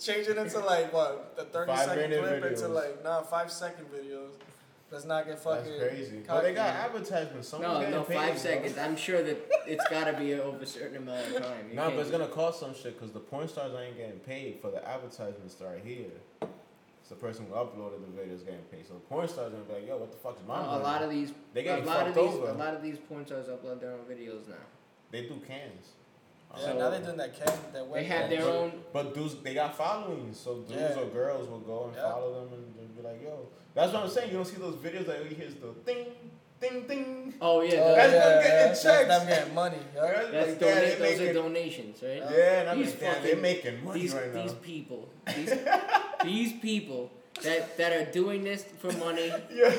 change it into like what the thirty Five second minute clip into videos. like nah five second videos let's not get fucking That's crazy. But cocky. they got advertisements. Someone's no, getting no, paid, five bro. seconds. I'm sure that it's got to be over a certain amount of time. You No, can't but it's just- gonna cost some shit because the porn stars ain't getting paid for the advertisements that are here. It's the person who uploaded the video is getting paid. So the porn stars gonna be like, yo, what the fuck is my a money? lot of these, They a getting lot of fucked these, over. a lot of these porn stars upload their own videos now. they do cans. yeah So- now they're doing that cam that web They have their But- own. But dudes, they got followings, so dudes Yeah. or girls will go and Yeah. follow them and they'll be like, "Yo, that's what I'm saying." You don't see those videos that you hear the ding, ding, ding. Oh yeah, Oh, those, That's them yeah, getting yeah, that's checks. them getting money yeah. That's that's like, dona- yeah, they those are making- donations, right? Yeah, and I'm These like, damn, they're fucking- making money these right these now. people, these, these people that that are doing this for money, Yeah,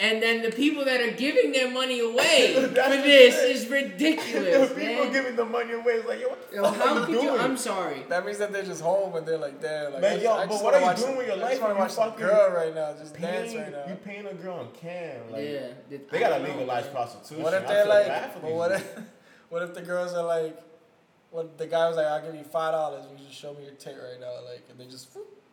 And then the people that are giving their money away for That's this insane. is ridiculous, people man. giving the money away is like, yo, what the Yo, fuck how are could you doing? you? I'm sorry. That means that they're just home and they're like, damn. Like, Man, I just- yo, I but just what wanna are you watch doing some- with your I just life wanna if you watch some fucking girl right now, just dance paying, right now. You paying a girl on cam? Like, yeah. that- They I gotta don't know, legalize man. prostitution. What if I they're feel bad like, for but these what dudes. if, what if the girls are like, what the guy was like, I'll give you five dollars, you just show me your tit right now, like, and they just.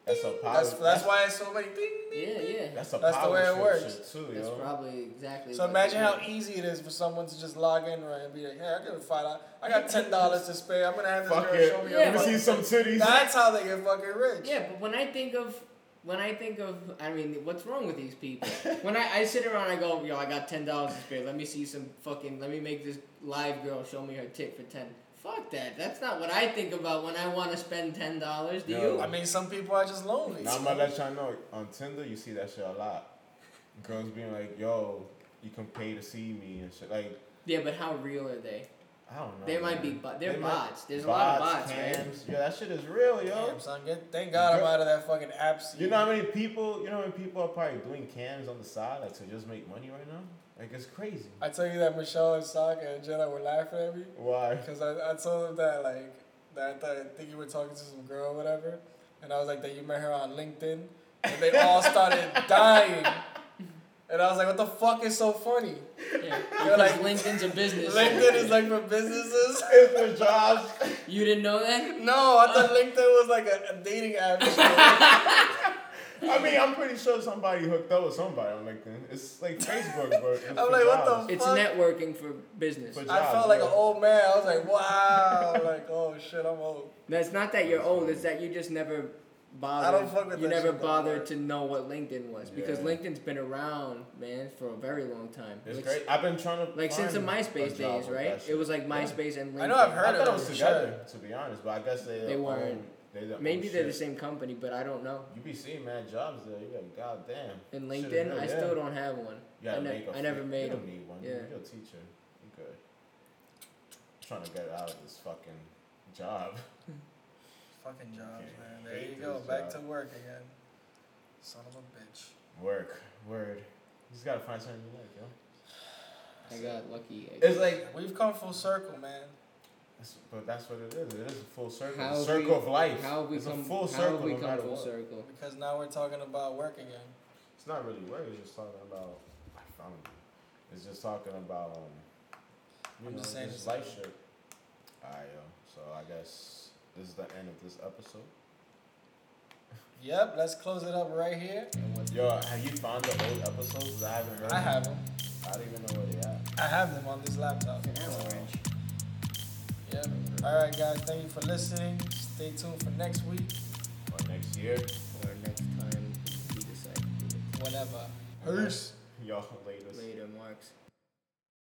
That's a power. That's that's why it's so like ding ding. Yeah, yeah. That's a that's the power way it trip works. shit too, That's yo. probably exactly. So what imagine they how do. easy it is for someone to just log in right and be like, hey, I got five dollars, I got ten dollars to spare. I'm gonna have this Fuck girl it. show me. Yeah, her Let me but- see butt." some titties. That's how they get fucking rich. Yeah, but when I think of when I think of I mean, what's wrong with these people? when I, I sit around, I go, yo, I got ten dollars to spare. Let me see some fucking. Let me make this live girl show me her tit for ten. Fuck that. That's not what I think about when I want to spend ten dollars. Do No. you? I mean, some people are just lonely. Now I'm gonna let y'all know on Tinder you see that shit a lot. Girls being like, yo, you can pay to see me and shit. Like, Yeah, but how real are they? I don't know. They might man. be, bo- they're They might- bots. There's a lot of bots, man. cams. Yeah, that shit is real, yo. Damn, son, get, thank God I'm Girl- out of that fucking app scene. You know how many people? You know how many people are probably doing cams on the side, like to just make money right now. Like it's crazy. I tell you that Michelle and Saka and Jenna were laughing at me Why? because I, I told them that like that I, thought, I think you were talking to some girl or whatever, and I was like that you met her on LinkedIn, and they all started dying, and I was like, what the fuck is so funny? Yeah. They're Because like- LinkedIn's a business. LinkedIn is like for businesses. It's for jobs. You didn't know that? No, I thought LinkedIn was like a, a dating app. and shit. I mean, I'm pretty sure somebody hooked up with somebody on LinkedIn. It's like Facebook, bro. It's for like, what the jobs. It's Fuck. networking for business. For I felt like an old man. I was like, wow, like oh shit, I'm old. No, it's not that you're old. It's that you just never bothered. don't fuck with You that never shit that bothered much. to know what LinkedIn was because Yeah. LinkedIn's been around, man, for a very long time. It's like, great. I've been trying to like since the find a MySpace job days, with right? that shit. It was like Yeah. MySpace and LinkedIn. I know I've I heard thought of it it. was for together, sure. to be honest. But I guess they They weren't. they don't Maybe own they're the shit. same company, but I don't know. You be seeing mad jobs there. You're like, god damn. In Shit is LinkedIn, real, I yeah. still don't have one. You gotta I ne- make a I never fake- made You 'em. don't need one. Yeah. You're a teacher. You're good. I'm trying to get out of this fucking job. Fucking jobs, Okay. man. There Hate you go. this Back job. to work again. Son of a bitch. Work. Word. You just gotta find something you like, yo. I got lucky. I It's guess. like, We've come full circle, man. that's, but that's what it is. It is a full circle. How It's a have circle we- of life. How have we it's come? a full how circle. have we no come matter full what. circle? Because now we're talking about work again. It's not really work. It's just talking about. I found you. It's just talking about. Um, you I'm know, just saying just it's- life shit. Alright, yo. So I guess this is the end of this episode. Yep, let's close it up right here. Yo, have you found the old episodes? 'Cause I haven't heard. I have them. them. I don't even know where they at. I have them on this laptop. Fucking hell, Uh, Rich. Yep. All right, guys. Thank you for listening. Stay tuned for next week. Or next year. Or next time we decide to do Whatever. Peace. Y'all later. it. Later, Marks.